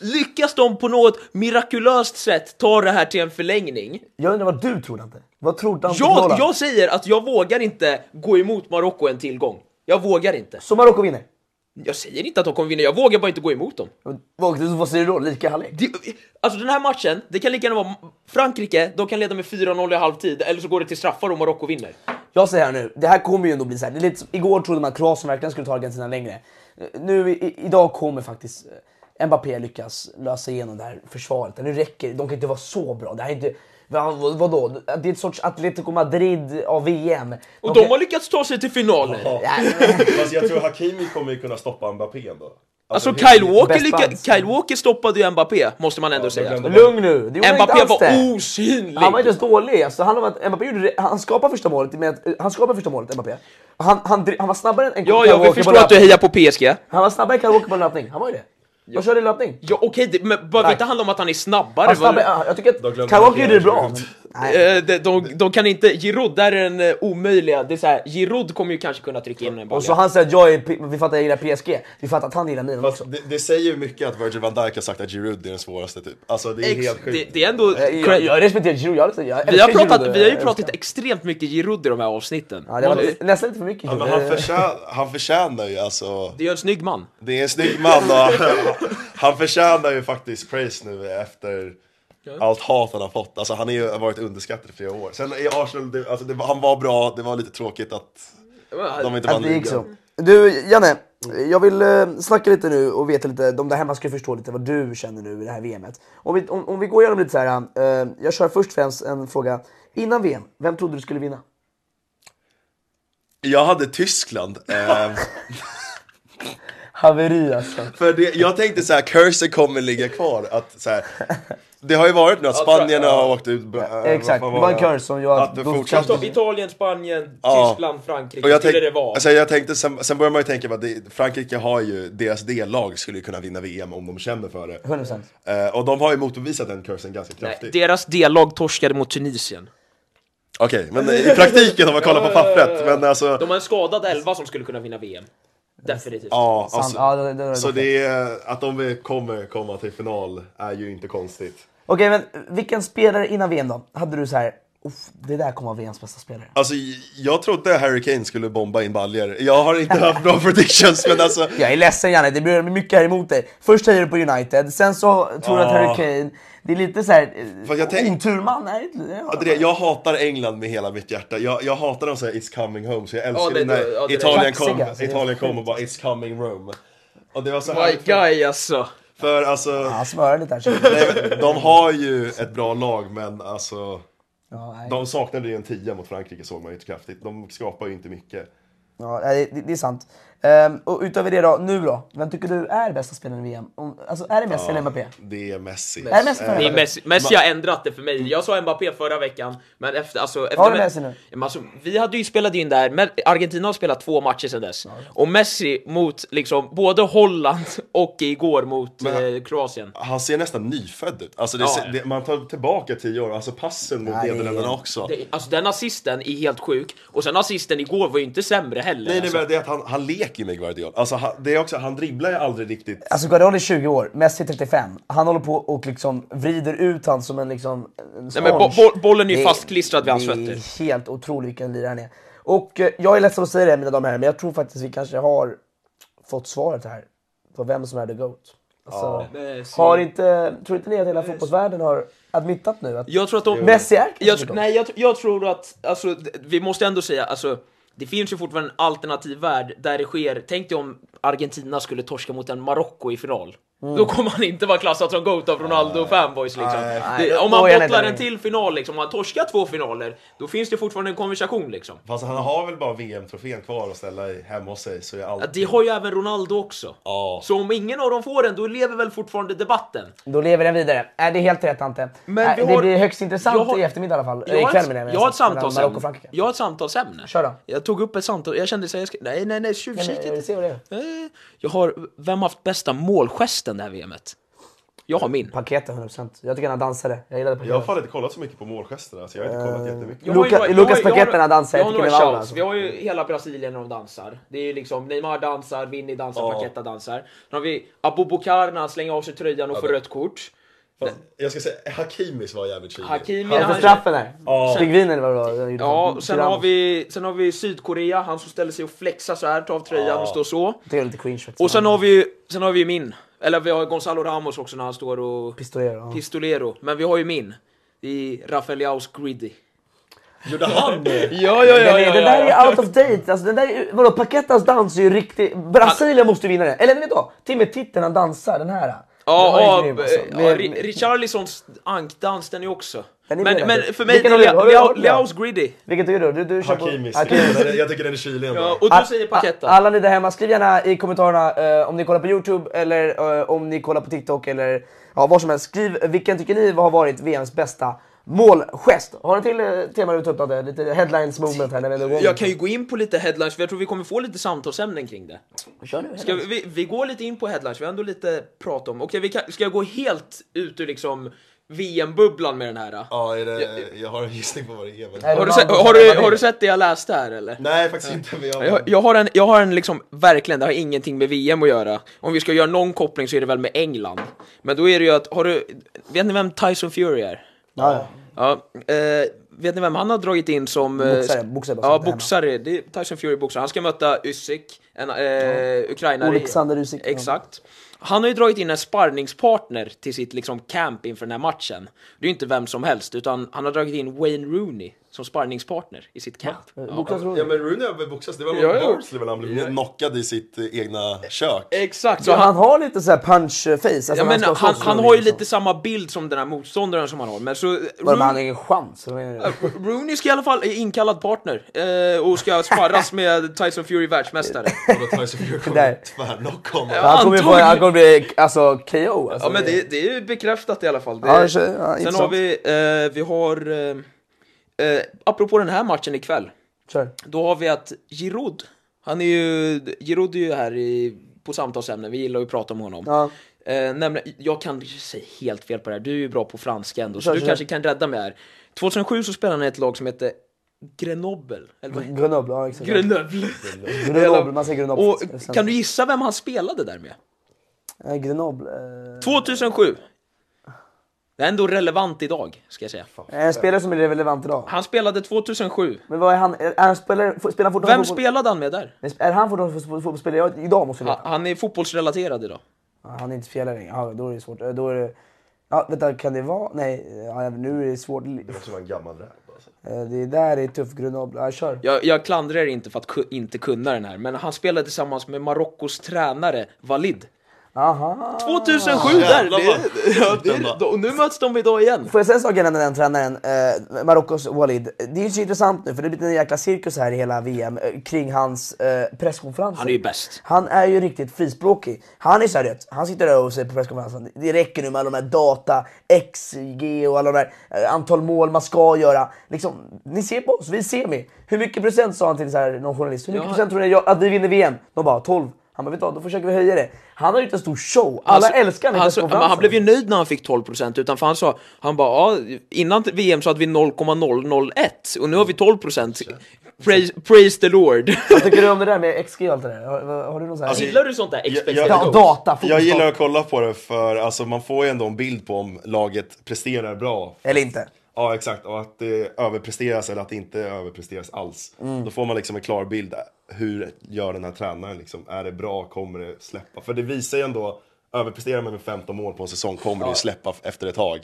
D: lyckas de på något mirakulöst sätt ta det här till en förlängning.
A: Jag undrar vad du tror Dante? Vad tror Dante
D: Jag,
A: Haaland?
D: jag säger att jag vågar inte gå emot Marocko en tillgång. Jag vågar inte.
A: Så Marocko vinner?
D: Jag säger inte att de kommer vinna, jag vågar bara inte gå emot dem.
A: Vad, vad säger du då? Lika halvlek?
D: Det, alltså den här matchen, det kan lika gärna vara Frankrike, de kan leda med 4-0 i halvtid, eller så går det till straffar och Marocko vinner.
A: Jag säger här nu, det här kommer ju ändå bli så här. Det är lite, som- igår trodde man att Kroatien verkligen skulle ta Argentina längre. Nu i, idag kommer faktiskt eh, Mbappé lyckas lösa igenom det här försvaret. Nu räcker det. de kan inte vara så bra. Det här är inte, vad, vad- vadå? Det är ett sorts Atletico Madrid av VM.
D: Och
A: kan-
D: de har lyckats ta sig till finalen.
E: Fast jag tror Hakimi kommer ju kunna stoppa Mbappé ändå.
D: Alltså Kyle Walker,
A: Best
D: lycka,
A: buds.
D: Kyle Walker stoppade ju Mbappé, måste man ändå säga.
E: glömde
A: Lugn nu! Det gjorde
D: Mbappé
A: inte alls det.
D: var osynlig!
A: Han var inte ens dålig. Alltså, han, var, Mbappé gjorde, det- han skapade första målet. Med, att- han skapade första målet, Mbappé. Han, han, dri- han var snabbare än
D: ja,
A: Kyle
D: ja, vi
A: Walker på
D: förstår att du
A: löpning.
D: hejar på PSG.
A: Han var snabbare än Kyle Walker på löpning. Han var ju det. Jag körde löpning.
D: Ja, okej, det- men behöver
A: Nej.
D: inte handla om att han är snabbare.
A: Han snabbare,
D: va?
A: Alltså, ja, jag tycker
E: Då
A: att
E: glömde
A: Kyle
E: han
A: Walker gjorde det bra.
E: Kjell.
A: Nej.
D: Eh, de, de, de kan inte, Giroud, där är den eh, omöjliga. Det är så här, Giroud kommer ju kanske kunna trycka in en
A: Och så
D: balja.
A: han säger att jag är, P- vi fattar jag gillar PSG. Vi fattar att han gillar Milan också.
E: Fast Alltså, det, det säger ju mycket att Virgil van Dijk har sagt att Giroud är den svåraste typ. Alltså det är
D: Ex-
E: helt
D: Det,
E: sjukt.
D: det är ändå...
A: Jag, jag respekterar Giroud. Jag, jag, jag
D: vi, har
A: älskar
D: pratat,
A: Giroud,
D: vi har ju
A: jag
D: pratat
A: älskar.
D: extremt mycket Giroud i de här avsnitten.
A: Ja, det var nästan lite för mycket
E: Ja, men
D: Eh.
E: han, förtjänar, han förtjänar ju alltså.
D: Det är ju en snygg man.
E: Det är en snygg man och han förtjänar ju faktiskt praise nu efter allt hat han har fått. Alltså han har ju varit underskattad i flera år. Sen i Arsenal, det, alltså, det, var- han var bra, det var lite tråkigt att de inte
A: Att
E: vann
A: det gick så.
E: ligan.
A: Du Janne, jag vill eh, snacka lite nu och veta lite, de där hemma ska förstå lite vad du känner nu i det här VMet. Om vi, om, om vi går igenom lite så här, eh, jag kör först och främst en fråga. Innan VM, vem trodde du skulle vinna?
E: ehm, Jag hade Tyskland. Eh,
A: Haveri alltså.
E: För det, jag tänkte så här, cursen kommer ligga kvar. Att, så här, det har ju varit nu att Spanien
D: tror jag-
E: har åkt ut. Bra,
A: Exakt,
E: vad
A: det var en curse som jag
E: Att det
A: då-
E: fortsatte.
D: Italien, Spanien,
E: Ja.
D: Tyskland, Frankrike.
E: Och jag,
D: skulle det
E: tänk,
D: vara.
E: alltså jag tänkte, sen, sen börjar man ju tänka på att det, Frankrike har ju, deras D-lag skulle ju kunna vinna VM om de känner för det.
A: 100%.
E: Eh, och de har ju motbevisat den cursen ganska
D: Nej,
E: kraftigt.
D: deras D-lag torskade mot Tunisien.
E: Okej, men eh, i praktiken om man kollar på pappret. Men alltså,
D: De har en skadad elva som skulle kunna vinna VM. Definitivt.
E: ja,
A: Sant.
E: alltså
A: Ja, det- det- det-
E: så det är, eh, att de kommer komma till final är ju inte konstigt.
A: Okej, men vilken spelare innan VM då? Hade du så här, Uff, det där kommer vara VMs bästa spelare.
E: Alltså jag trodde Harry Kane skulle bomba in baljor. Jag har inte haft bra predictions men alltså
A: Jag är ledsen Janne, det blir mycket här emot dig. Först säger du på United, sen så tror du att
E: Ja.
A: Harry Kane... Det är lite eh, såhär...
E: Fast jag tänk-
A: Oturman är det inte? Ja.
E: André, jag hatar England med hela mitt hjärta. Jag, jag hatar dem såhär “It's coming home” så jag
D: Ja,
E: älskar
D: det-
E: det, när
D: det- ja, det-
E: Italien, kom,
A: Kaxiga, alltså, det är
E: Italien kom
A: sjukt.
E: och bara “It's coming Rome”. Och det var så
D: My
E: härligt för,
D: guy alltså.
E: för alltså,
A: Han smörar lite här. så-
E: nej, men de har ju ett bra lag men alltså
A: Ja, nej.
E: de saknade ju en tia mot Frankrike såg man ju inte kraftigt. De skapar ju inte mycket.
A: Ja, nej, det, det är sant. Ehm, och utöver det då, nu då? Vem tycker du är bästa spelaren i VM? Om, alltså är det Messi eller Mbappé?
E: Det är Messi.
A: Är det Messi?
E: Eh,
D: Det är
A: Äh,
D: Eh, Messi, Messi har ändrat det för mig. Jag sa Mbappé förra veckan, men efter... Alltså, efter
A: Har du Messi nu?
D: Men Alltså, vi hade ju spelat in där, men Argentina har spelat två matcher sedan dess. Och Messi mot liksom både Holland och igår mot
E: Men-
D: eh, Kroatien.
E: Han ser nästan nyfödd ut. Alltså det,
D: Ja.
E: ser- det, man tar tillbaka tio år, alltså passen mot
A: Nej, det är-
E: Nederländerna också.
D: Det, alltså den assisten är helt sjuk, och sen assisten igår var ju inte sämre heller.
E: Nej, nej,
D: alltså.
E: men det är att han, han leker ju med Guardiola. Alltså, han, det är också, han dribblar ju aldrig riktigt.
A: Alltså Guardiola är 20 år, Messi är 35. Han håller på och liksom vrider ut han som en liksom... En
D: Nej, men bo-
A: sponge.
D: bo- bollen är ju
A: Det-
D: fastklistrad vid hans
A: Det
D: fötter.
A: är helt otroligt vilken lirare han är. Och eh, jag är ledsen att säga det mina damer och herrar, men jag tror faktiskt vi kanske har fått svaret här. På vem som är the GOAT. Alltså,
D: Messi.
A: har inte, tror inte ni att hela fotbollsvärlden har admittat nu att
D: Jag tror att de...
A: Messi är kanske
D: jag,
A: the
D: tr-
A: GOAT?
D: Nej, jag, tr- jag tror att, alltså, d- vi måste ändå säga, alltså, det finns ju fortfarande en alternativ värld där det sker, tänk dig om Argentina skulle torska mot en Marocko i final.
A: Mm.
D: Då kommer han inte vara klassad som GOAT av Ronaldo och fanboys liksom.
E: Nej.
D: Det, om
A: Då
D: man
A: är jag
D: bottlar
A: nöjd.
D: en till final liksom, om han torskar två finaler, då finns det fortfarande en konversation liksom.
E: Fast han har väl bara VM-trofén kvar att ställa i- hemma hos sig. Så är allt...
D: Ja, Det har ju även Ronaldo också.
E: Ja.
D: Så om ingen av dem får den, då lever väl fortfarande debatten.
A: Då lever den vidare. Nej, det är helt rätt Ante.
D: Men
A: Nej,
D: vi
A: det
D: har-
A: blir högst intressant
D: jag har-
A: i eftermiddag i alla fall.
D: Jag
A: Eh,
D: har
A: Ikväll
D: ett,
A: menar jag.
D: jag har ett
A: menar, Marocko
D: samtalsämne.
A: och Frankrike.
D: Jag har ett samtalsämne.
A: Kör då.
D: Jag tog upp ett samtal, jag kände såhär, jag ska, nej nej nej, tjuvkikigt.
A: Men, eh, se vad det är.
D: Eh, Jag har, vem har haft bästa målgesten det här VMet? Jag har min.
A: Paketet 100%. Jag tycker han dansade. Jag gillade
E: Jag har
A: paketet.
E: fan inte kollat så mycket på målgesterna, så jag har inte
D: Eh,
E: kollat jättemycket.
D: Jag har ju
A: Luca-
D: några-
A: Lucas
D: jag har- jag har-
A: Paquetterna dansar,
D: Jag
A: jag
D: har
A: tycker
D: några
A: det var bra,
D: shouts.
A: alltså.
D: Vi har ju hela Brasilien när de dansar. Det är ju liksom Neymar dansar, Vinny dansar,
E: Ja.
D: Paqueta dansar. Sen har vi Abubakar när han slänger av sig tröjan och får rött kort.
E: Fast, jag ska säga, Hakimis var jävligt kylig.
D: Hakimi
A: Ja,
D: när
A: för
D: han-
A: Alltså, straffen där.
E: Ja.
A: Stegvin eller vad det var. den gjorde
D: Ja,
A: på-
D: och sen
A: Tyrann.
D: har, vi, sen har vi Sydkorea, han som ställer sig och flexar så här, tar av tröjan och står så.
A: Det är lite cringe faktiskt.
D: Och sen har vi sen har vi min. Eller vi har Gonzalo Ramos också när han står och...
A: Pistolero. ja.
D: Pistolero. Men vi har ju min. Det är Rafael Leaus Greedy.
E: Gjorde han eh, det?
D: Ja, ja,
A: Den, är, den där är out of date. Alltså, den där är, vadå, Paquettas dans är ju riktig... Brasilien måste vinna den. Eller nej, vet du vad? Till och med titeln han dansar, den här. Den var ju
D: Ja,
A: grym,
D: ja,
A: alltså.
D: ja,
A: Med-
D: Ri- Richarlisons ankdans, den är också...
A: Den är
D: men,
A: bra,
D: men
A: faktiskt.
D: för mig,
A: Vilken
D: är
A: har du- har du- har
D: Leao,
A: du-
D: Leaus Greedy.
A: Vilket tycker du? Du, du kör på...
E: Hakimis.
A: Hakimis.
E: Den är- jag tycker den är kylig ändå.
D: Ja, och
A: Ah,
D: du säger
A: ah,
D: Paketta.
A: Alla ni där hemma, skriv gärna i kommentarerna eh, om ni kollar på Youtube eller eh, om ni kollar på TikTok eller ja, var som helst. Skriv vilken tycker ni har varit VMs bästa målgest? Har ni till eh, tema du vill ta upp Dante? Lite headlines moment här när vi ändå går.
D: Jag kan ju gå in på lite headlines, för jag tror vi kommer få lite samtalsämnen kring det.
A: Kör nu.
D: Ska vi, vi, vi går lite in på headlines, vi har ändå lite prat om... Okej, vi kan, ska jag gå helt ut ur liksom VM-bubblan med den här? då?
E: Ja, är det, jag har en gissning på vad det är. Men...
A: Nej.
D: Har du, sett, har, du, har du sett det jag läste här eller?
E: Nej, faktiskt inte. Men jag...
D: Jag, jag har en, jag har en liksom, verkligen, det har ingenting med VM att göra. Om vi ska göra någon koppling så är det väl med England. Men då är det ju att, har du, vet ni vem Tyson Fury är?
A: Ja, ja.
D: Ja, eh, vet ni vem han har dragit in som... eh,
A: Boxare, boxare bara, så
D: Ja,
A: att det är
D: boxare. Det är Tyson Fury boxare. Han ska möta Usyk, en eh, ukrainare.
A: Oleksandr Usyk, ja.
D: Exakt. Han har ju dragit in en sparringspartner till sitt liksom, camp inför den här matchen. Det är ju inte vem som helst, utan han har dragit in Wayne Rooney som sparringspartner i sitt camp.
A: Boxas
E: Ja
A: roligt.
E: men Rooney har väl boxats, det var
D: Ja,
E: mot
D: ja.
E: Barnsley väl han blev knockad i sitt eh, egna kök.
D: Exakt, så
A: Så
D: han,
A: han har lite så här punch face. Alltså när
D: Ja, men
A: ska
D: han,
A: slåss
D: han,
A: så
D: har ju
A: liksom.
D: lite samma bild som den här motståndaren som han har, men så...
A: Vadå, men
D: Rooney-
A: han har ingen chans. Vad menar du?
D: Rooney ska i alla fall är inkallad partner eh, och ska sparras med Tyson Fury världsmästare.
E: Kolla Tyson Fury kommer
A: Där.
E: tvärnocka honom.
A: Han kommer, få, han kommer bli alltså, KO. Alltså.
D: Ja men det, det är ju bekräftat i alla fall. Det,
A: Ja, det är- ja,
D: sen
A: intressant.
D: har vi, eh, vi har, eh, eh, apropå den här matchen ikväll,
A: Kör.
D: då har vi att Giroud, han är ju, Giroud är ju här i, på samtalsämnen, vi gillar ju att prata om honom.
A: Ja.
D: Eh, nämligen, jag kan säga helt fel på det här, du är ju bra på franska ändå, så
A: Kör,
D: du
A: kör.
D: kanske kan rädda mig här. 2007 så spelade han i ett lag som hette Grenoble, eller vad
A: Grenoble, ja exakt.
D: Grenoble.
A: Grenoble, man säger Grenoble.
D: Och
A: Sen-
D: kan du gissa vem han spelade där med?
A: Eh, Grenoble. eh,
D: 2007. Det är ändå relevant idag, ska jag säga.
A: En spelare som är relevant idag.
D: Han spelade 2007.
A: Men vad är han? Är han spelare, fo- spelar han fortfarande
D: Vem
A: fotboll?
D: spelade han med där?
A: Är han fortfarande fo- fotbollsspelare? Jag- Idag måste jag
D: Ha-
A: veta.
D: Han är fotbollsrelaterad idag.
A: Ja, Han är inte fjällräng. Ja, då är det svårt. Eh, Då är det... Ja, vänta, kan det vara? Nej, ja, nu är det svårt.
E: Det måste vara en gammal räv alltså.
A: Eh, Det där är tuff Grenoble. Ja, kör.
D: Jag, jag klandrar er inte för att ku- inte kunna den här, men han spelade tillsammans med Marockos tränare Valid.
A: Aha.
D: 2007 där!
E: Jävlar, vad-
D: Det, ja, det,
E: Den
D: är- och nu möts de idag igen.
A: Får jag säga en sak gällande den tränaren, eh, Marockos Walid. Det är ju så intressant nu för det har blivit en jäkla cirkus här i hela VM eh, kring hans eh, presskonferenser.
D: Han är ju bäst.
A: Han är ju riktigt frispråkig. Han är så här, du vet, han sitter där och säger på presskonferensen det räcker nu med alla de här data, XG och alla de där eh, antal mål man ska göra. Liksom, ni ser på oss, vi ser med. Hur mycket procent sa han till så här, någon journalist, hur mycket
D: Ja.
A: procent tror ni jag- att vi vinner VM? De bara 12. Han bara, vet du vad, då försöker vi höja det. Han har gjort en stor show, alla
D: Alltså,
A: älskar honom i
D: han, så- men
A: presskonferensen.
D: han blev ju nöjd när han fick 12% utan för han sa, han bara ja, innan VM så hade vi 0,001 och nu har vi 12% praise, praise the lord.
A: Vad tycker du om det där med XG och allt det där? Har, har- har du någon sån här...
E: Alltså,
D: Gillar du sånt där?
E: Jag-
D: Expect
E: jag-
A: Ja, data, fotboll.
E: Jag gillar att kolla på det för alltså, man får ju ändå en bild på om laget presterar bra.
A: Eller inte.
E: Ja exakt, och att det överpresteras eller att det inte överpresteras alls.
A: Mm.
E: Då får man liksom en klar bild. Hur gör den här tränaren liksom? Är det bra? Kommer det släppa? För det visar ju ändå, överpresterar man med 15 mål på en säsong kommer det ju släppa efter ett tag.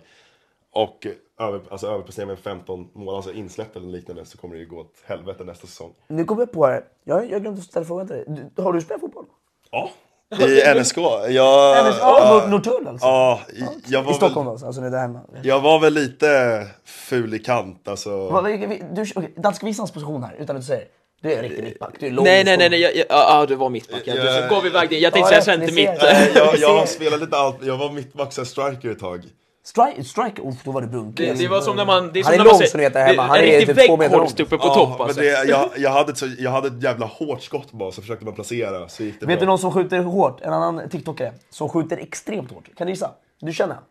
E: Och över, alltså, överpresterar man med 15 mål, alltså insläpp eller liknande, så kommer det ju gå åt helvete nästa säsäsong.
A: Nu kommer jag på här, jag, jag glömde ställa frågan till dig. Du, har du spelat fotboll?
E: Ja. I NSK. Jag,
A: Ja, mot Norrtull alltså?
E: Ja, i- jag var
A: I Stockholm
E: väl,
A: alltså, alltså nu där hemma.
E: Jag var väl lite ful i kant alltså.
A: Vad- vilken- vi- Du, okay, dansk visa hans position här utan att du säger du är en riktig mittback, du är lång
D: Nej,
A: och
D: nej,
A: stor.
D: nej, nej, jag, jag, ja, ja, du var mittback. Jag,
E: Jag-
D: du gav iväg det.
A: Ja,
D: Jag tänkte
A: ja,
D: säga
A: ni
D: center
A: ser.
D: mitt. eh,
E: Nej, jag, jag har spelat lite allt, jag var mittback sen striker ett tag.
A: Strike, strike, oh, då var du bunkig.
D: Det, det var som när man... Det är
A: Han
D: som
A: är
D: när man
A: lång
D: säger-
A: som det heter hemma,
D: det-
A: han
D: en
A: är
D: riktig
A: typ två meter lång.
D: vägghorst uppe på topp
E: men
D: alltså.
E: det, jag, jag, hade ett så, jag hade ett jävla hårt skott bara, så försökte man placera så gick det
A: Vet
E: bra.
A: du någon som skjuter hårt? En annan TikTokare som skjuter extremt hårt. Kan du gissa? Du känner han?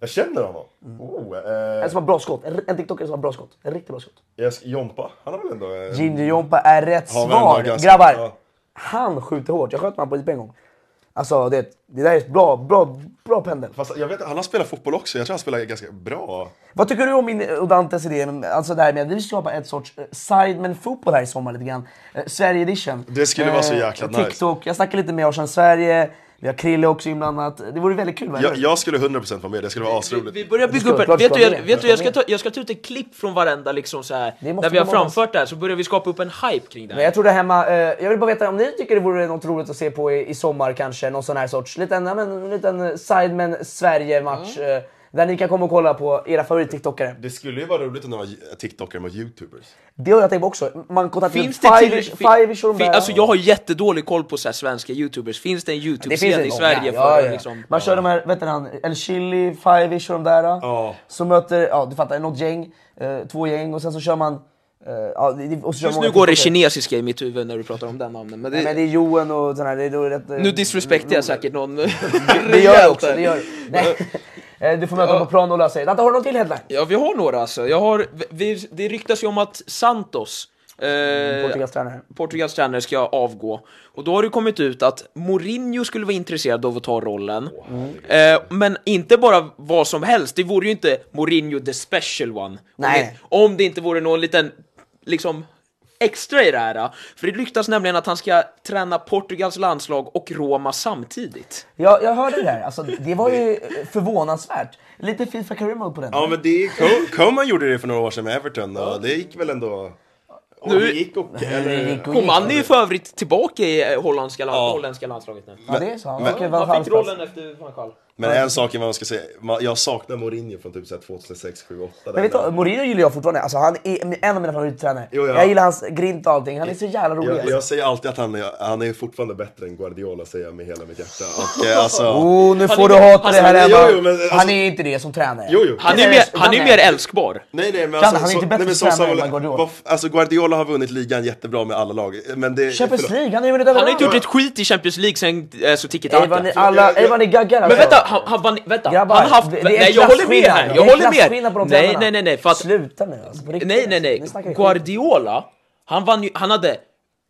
E: Jag känner honom. Oh,
A: En
E: eh,
A: som har bra skott. En en TikTokare som har bra skott. En riktigt bra skott.
E: jag, Jompa, han har väl ändå... Eh,
A: Mm. Ginger Jompa är rätt
E: har väl ändå
A: svar.
E: ganska-
A: Grabbar,
E: ja.
A: han skjuter hårt. Jag sköt med honom på IP en gång. Alltså det, det där är ett bra, bra, bra pendel.
E: Fast jag vet han har spelat fotboll också, jag tror han spelar ganska bra.
A: Vad tycker du om min och Dantes idé? Alltså det här med att vi skapar ett sorts eh, sidemen-fotboll här i sommar lite grann. Eh, Sverige-edition. Eh,
E: Det skulle vara så jäkla nice.
A: TikTok, jag snackar lite med Arsen Sverige, vi har Krille också inblandat. Det vore väldigt kul. va?
E: Jag, jag skulle 100% vara med, det skulle vara asroligt.
D: Vi börjar bygga
A: ska-
D: upp en,
A: klart
D: vet
A: ska
D: du, jag,
A: vara med.
D: vet du jag, ska
A: Klart
D: ta, jag ska ta ut ett klipp från varenda liksom så här,
A: Det måste
D: när vi har
A: komma någonstans.
D: framfört det här så börjar vi skapa upp en hype kring det
A: Men
D: här.
A: jag tror där hemma, eh, jag vill bara veta om ni tycker det vore något roligt att se på i, i sommar kanske? Någon sån här sorts liten, ja, men, liten eh, sidemen-Sverige-match.
D: Mm.
A: eh, Där ni kan komma och kolla på era favorit-tiktokare.
E: Det skulle ju vara roligt om det var TikTokare mot YouTubers.
A: Det har jag tänkt på också. Man kontaktar
D: Finns det till,
A: Fivish- Fivish och de
D: fin,
A: där.
D: alltså jag har jättedålig koll på så här svenska youtubers, finns det en youtube-scen Typ i
A: många,
D: Sverige
A: ja,
D: för
A: ja.
D: liksom...
A: Man kör de här, vet du han, El Chili, Five-ish och de där.
E: Ja.
A: Som möter, ja du fattar, något gäng, eh, två gäng och sen så kör man... Eh, ja, det- och så kör
D: Just
A: många
D: nu går det
A: TikToker.
D: kinesiska i mitt huvud när du pratar om den namnen, men det,
A: Nej, men det är Johan och sån här, det är då rätt... eh,
D: nu disrespektar jag säkert någon
A: Det gör jag också, det gör jag. Nej. Eh, Du får möta honom på plan och lösa det. Dante, har du någon till headline?
D: Ja, vi har några alltså. Jag har, vi, det ryktas ju om att Santos, eh,
A: Portugals tränare.
D: Portugals tränare, ska avgå. Och då har det kommit ut att Mourinho skulle vara intresserad av att ta rollen.
A: Mm.
D: eh, men inte bara vad som helst, det vore ju inte Mourinho the special one.
A: Nej.
D: Om, det, om det inte vore någon liten, liksom, extra i det här. För det ryktas nämligen att han ska träna Portugals landslag och Roma samtidigt.
A: Jag, jag hörde det där, alltså, det var ju eh, förvånansvärt. Lite Fifa career mode på den.
E: Ja men det är, Co- Coman gjorde det för några år sedan med Everton och det gick väl ändå... Och
D: Nu-
E: det gick och, eller,
A: gick och-
D: Coman är ju för övrigt tillbaka i eh, holländska, land,
E: Ja.
D: holländska landslaget nu.
A: Ja, det är så. Han
E: Men-
A: fick ju Van Hals plats.
D: efter van Gaal.
E: Men en sak man ska säga, man- jag saknar Mourinho från typ så här 2006, 7, 8.
A: Men vet du, vad, Mourinho gillar jag fortfarande. Alltså, han är en av mina favorittränare.
E: Jo, ja.
A: Jag gillar hans grinta och allting. Han är så jävla rolig.
E: jag,
A: alltså.
E: jag säger alltid att han är, han är fortfarande bättre än Guardiola, säger jag med hela mitt hjärta. Och, eh, alltså,
A: Oh, nu
D: Han
A: får
D: är-
A: du hata
D: han-
A: det här
E: jo,
A: hemma.
E: jo, men alltså-
A: han är inte det som tränare.
E: jo, jo.
D: Han är ju mer, han är ju mer älskbar.
E: Nej nej men alltså,
A: Janne, han är
E: så-
A: inte bättre
E: nej, men
A: som
E: som
A: tränare
E: Samuel-
A: än Guardiola.
E: varf- Alltså Guardiola har vunnit ligan jättebra med alla lag. Men det,
A: Champions
E: förlåt.
A: League, han har ju vunnit
D: Han typ har
A: överallt.
D: inte gjort ett skit i Champions League sen eh, så Tiki Taka.
A: Evan är alla,
E: Alltså, jag- jag-
A: Evan är gaggad
D: Men
A: alltså.
D: vänta, han, han vann, vänta.
A: Grabbar,
D: han har haft,
A: det- det är
D: nej
A: en
D: jag håller med
A: klasskillnad.
D: här,
A: Det är
D: jag
A: en
D: håller
A: klasskillnad på
D: med.
A: de
D: Nej,
A: tränarna.
D: nej, nej, nej, för att,
A: Sluta nu alltså, på riktigt.
D: nej, nej, nej.
A: Nu snackar vi skit.
D: Guardiola, han vann ju, han hade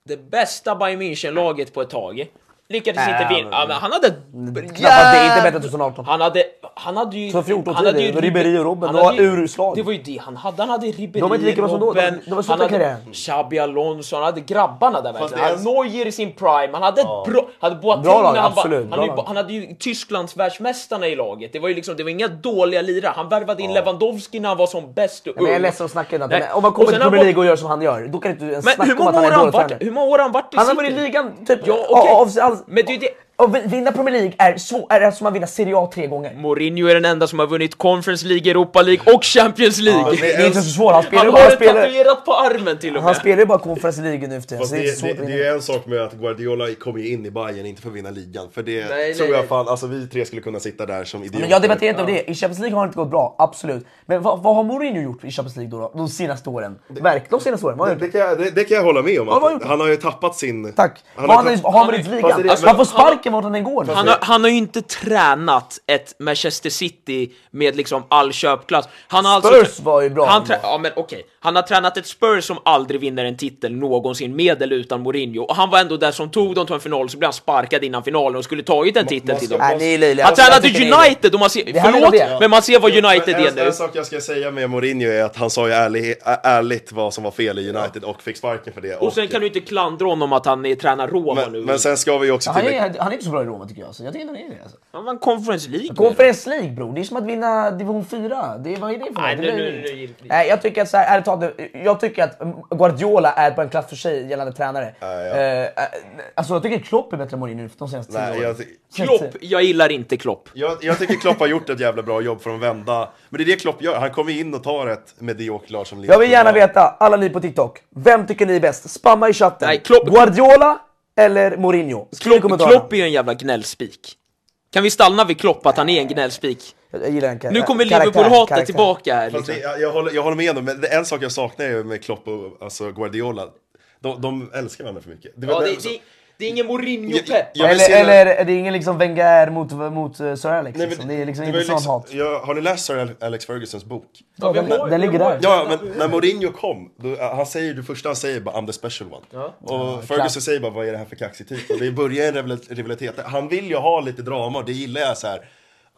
D: det bästa Bayern München-laget på ett tag. Lyckades
A: Nej,
D: inte vinna. Ja, men han hade...
A: Knappt att Äh, det är inte bättre än 2018.
D: Han hade, han hade ju...
A: Så 14
D: han hade
A: tidigare,
D: ju
A: Ribéry och Robben,
D: han
A: det var
D: hade ju-
A: urslag.
D: Det var ju det han hade. Han hade Ribéry,
A: De var inte lika bra som då, de-
D: Robben,
A: de var slut
D: han
A: i
D: hade
A: karriären.
D: Xabi Alonso, han hade grabbarna där verkligen.
E: det är-
D: Han Neuer i sin prime, han hade ett bra... Hade Boateng
A: Bra lag,
D: när han var-
A: absolut,
D: han
A: bra
D: hade ju-
A: lag.
D: Han hade ju Tysklands världsmästarna i laget. Det var ju liksom, det var inga dåliga lirare. Han värvade in Lewandowski när han var som bäst och
A: Men jag är
D: ung.
A: ledsen att snacka innan.
D: Nej,
A: Men om man
D: och
A: kommer
D: sen
A: till
D: har
A: Premier
D: han
A: League och gör som han gör, då kan inte du ens
D: Men hur
A: snacka om att han
D: många år
A: är
D: har han
A: dålig
D: varit?
A: tränare.
D: Hur många år har han varit i
A: Han har
D: City?
A: varit i ligan typ...
D: Ja, okej.
A: av- av- all-
D: Men det är ju det-
A: Att vinna Premier League är svårt, är som att vinna Serie A tre
E: Mm.
A: gånger.
D: Mourinho är den enda som har vunnit Conference League, Europa League och Champions League.
A: Det är inte så svårt, han spelar
D: Han
A: ju
D: har
A: bara...
D: det
A: Spelar,
D: tatuerat på armen till och
A: han
D: med.
A: spelar ju bara Conference League nu för tiden,
E: Fast
A: så alltså, det är
E: det,
A: inte
E: det,
A: svårt att
E: det
A: vinna.
E: är en sak med att Guardiola kom ju in i Bayern inte för att vinna ligan. För det
D: Nej,
E: tror
D: nej,
E: jag
D: nej.
E: fan, alltså vi tre skulle kunna sitta där som idioter.
A: Men jag debatterar inte om det. I Champions League har det inte gått bra, absolut. Men vad, vad har Mourinho gjort i Champions League då, då de senaste åren? Verkligen de senaste åren? Vad har han
E: Det
A: gjort?
E: kan, jag, det, det kan jag hålla med om.
A: vad har han
E: Att
A: gjort?
E: han har ju tappat sin...
A: Tack.
E: Han
A: vad har
E: har
A: han,
E: tapp-
A: vad har han vunnit
E: Fast det är-
A: ligan?
E: Alltså,
A: han får
D: han-
A: sparken vart han än går.
D: Han har, han har ju inte tränat ett Manchester City med liksom all köpklass. Han har
A: Spurs
D: alltså,
A: var ju bra
D: Han,
A: ändå.
D: trä- ja, men okej. han har tränat ett Spurs som aldrig vinner en titel någonsin med eller utan Mourinho. Och han var ändå där som tog dem till en final, så blev han sparkad innan finalen och skulle tagit en titel
E: man
D: till
E: ska-
D: dem.
A: Nej, ni är löjliga.
D: Han
A: Jag
D: tränade
A: tycker ni är
D: United och man ser,
A: Det handlar om det.
D: förlåt, men man ser vad United
E: Men
D: är
E: en,
D: nu.
E: en sak jag ska säga med Mourinho är att han sa ju ärlig, ä- ärligt vad som var fel i United och fick sparken för det.
D: Och sen kan du inte klandra honom att han är tränar Roma nu.
E: men, men sen ska vi ju också
A: Han är,
E: tillägga...
A: han är inte så bra i Roma tycker jag. Så jag tycker inte han är det. Alltså.
D: Han vann Conference League.
A: Conference League bror, det är som att vinna division 4. Det, vad är det för
D: Nej,
A: något?
D: nu-
A: Det
D: nu-
A: blir-
D: nu gick det.
A: Nej, jag tycker att så här, ärligt talat, jag tycker att Guardiola är på en klass för sig gällande tränare.
E: ja.
A: Eh, eh, alltså jag tycker Klopp är bättre än Mourinho de senaste tio
E: Nej,
A: åren.
E: jag,
D: Klopp, jag gillar inte Klopp.
E: jag, jag tycker Klopp har gjort ett jävla bra jobb för att vända... Men det är det Klopp gör. Han kommer in och tar ett mediokert lag som
A: Jag vill gärna
E: Liverpool har.
A: veta, alla ni på TikTok, vem tycker ni är bäst? Spamma i chatten.
D: Nej, Klopp-
A: Guardiola eller Mourinho? Skriv i
D: Klopp,
A: kommentarerna.
D: Klopp är ju en jävla gnällspik. Kan vi stanna vid Klopp att han är en gnällspik?
A: Jag gillar den kar-
D: Nu kommer
A: Eh, karaktär,
D: Liverpool-hatet
A: karaktär.
D: tillbaka här.
E: Fast
D: Liksom.
E: det, Alltså, jag, jag, håller, jag håller med om men det- en sak jag saknar är ju med Klopp och alltså Guardiola. De, de älskar varandra för mycket. Det,
D: Ja,
E: var-
D: det, det, det är ingen Mourinho-pepp.
E: Jag vill
A: Eller,
E: se-
A: eller är det ingen liksom Wenger mot, mot eh, Sir Alex?
E: Nej, men
A: liksom. Det är liksom
E: det
A: inte
E: var ju
A: sånt
E: liksom-
A: hat.
E: Jag, har ni läst Sir Alex Fergusons bok?
A: Ja, den,
D: vi har-
A: den ligger där.
E: Ja, men när Mourinho kom, då, eh, han säger, det första han säger bara I'm the special one. Och Ferguson säger bara vad är det här för kaxig typ? Och det börjar en rival- rivalitet. Han vill ju ha lite drama och det gillar jag så här.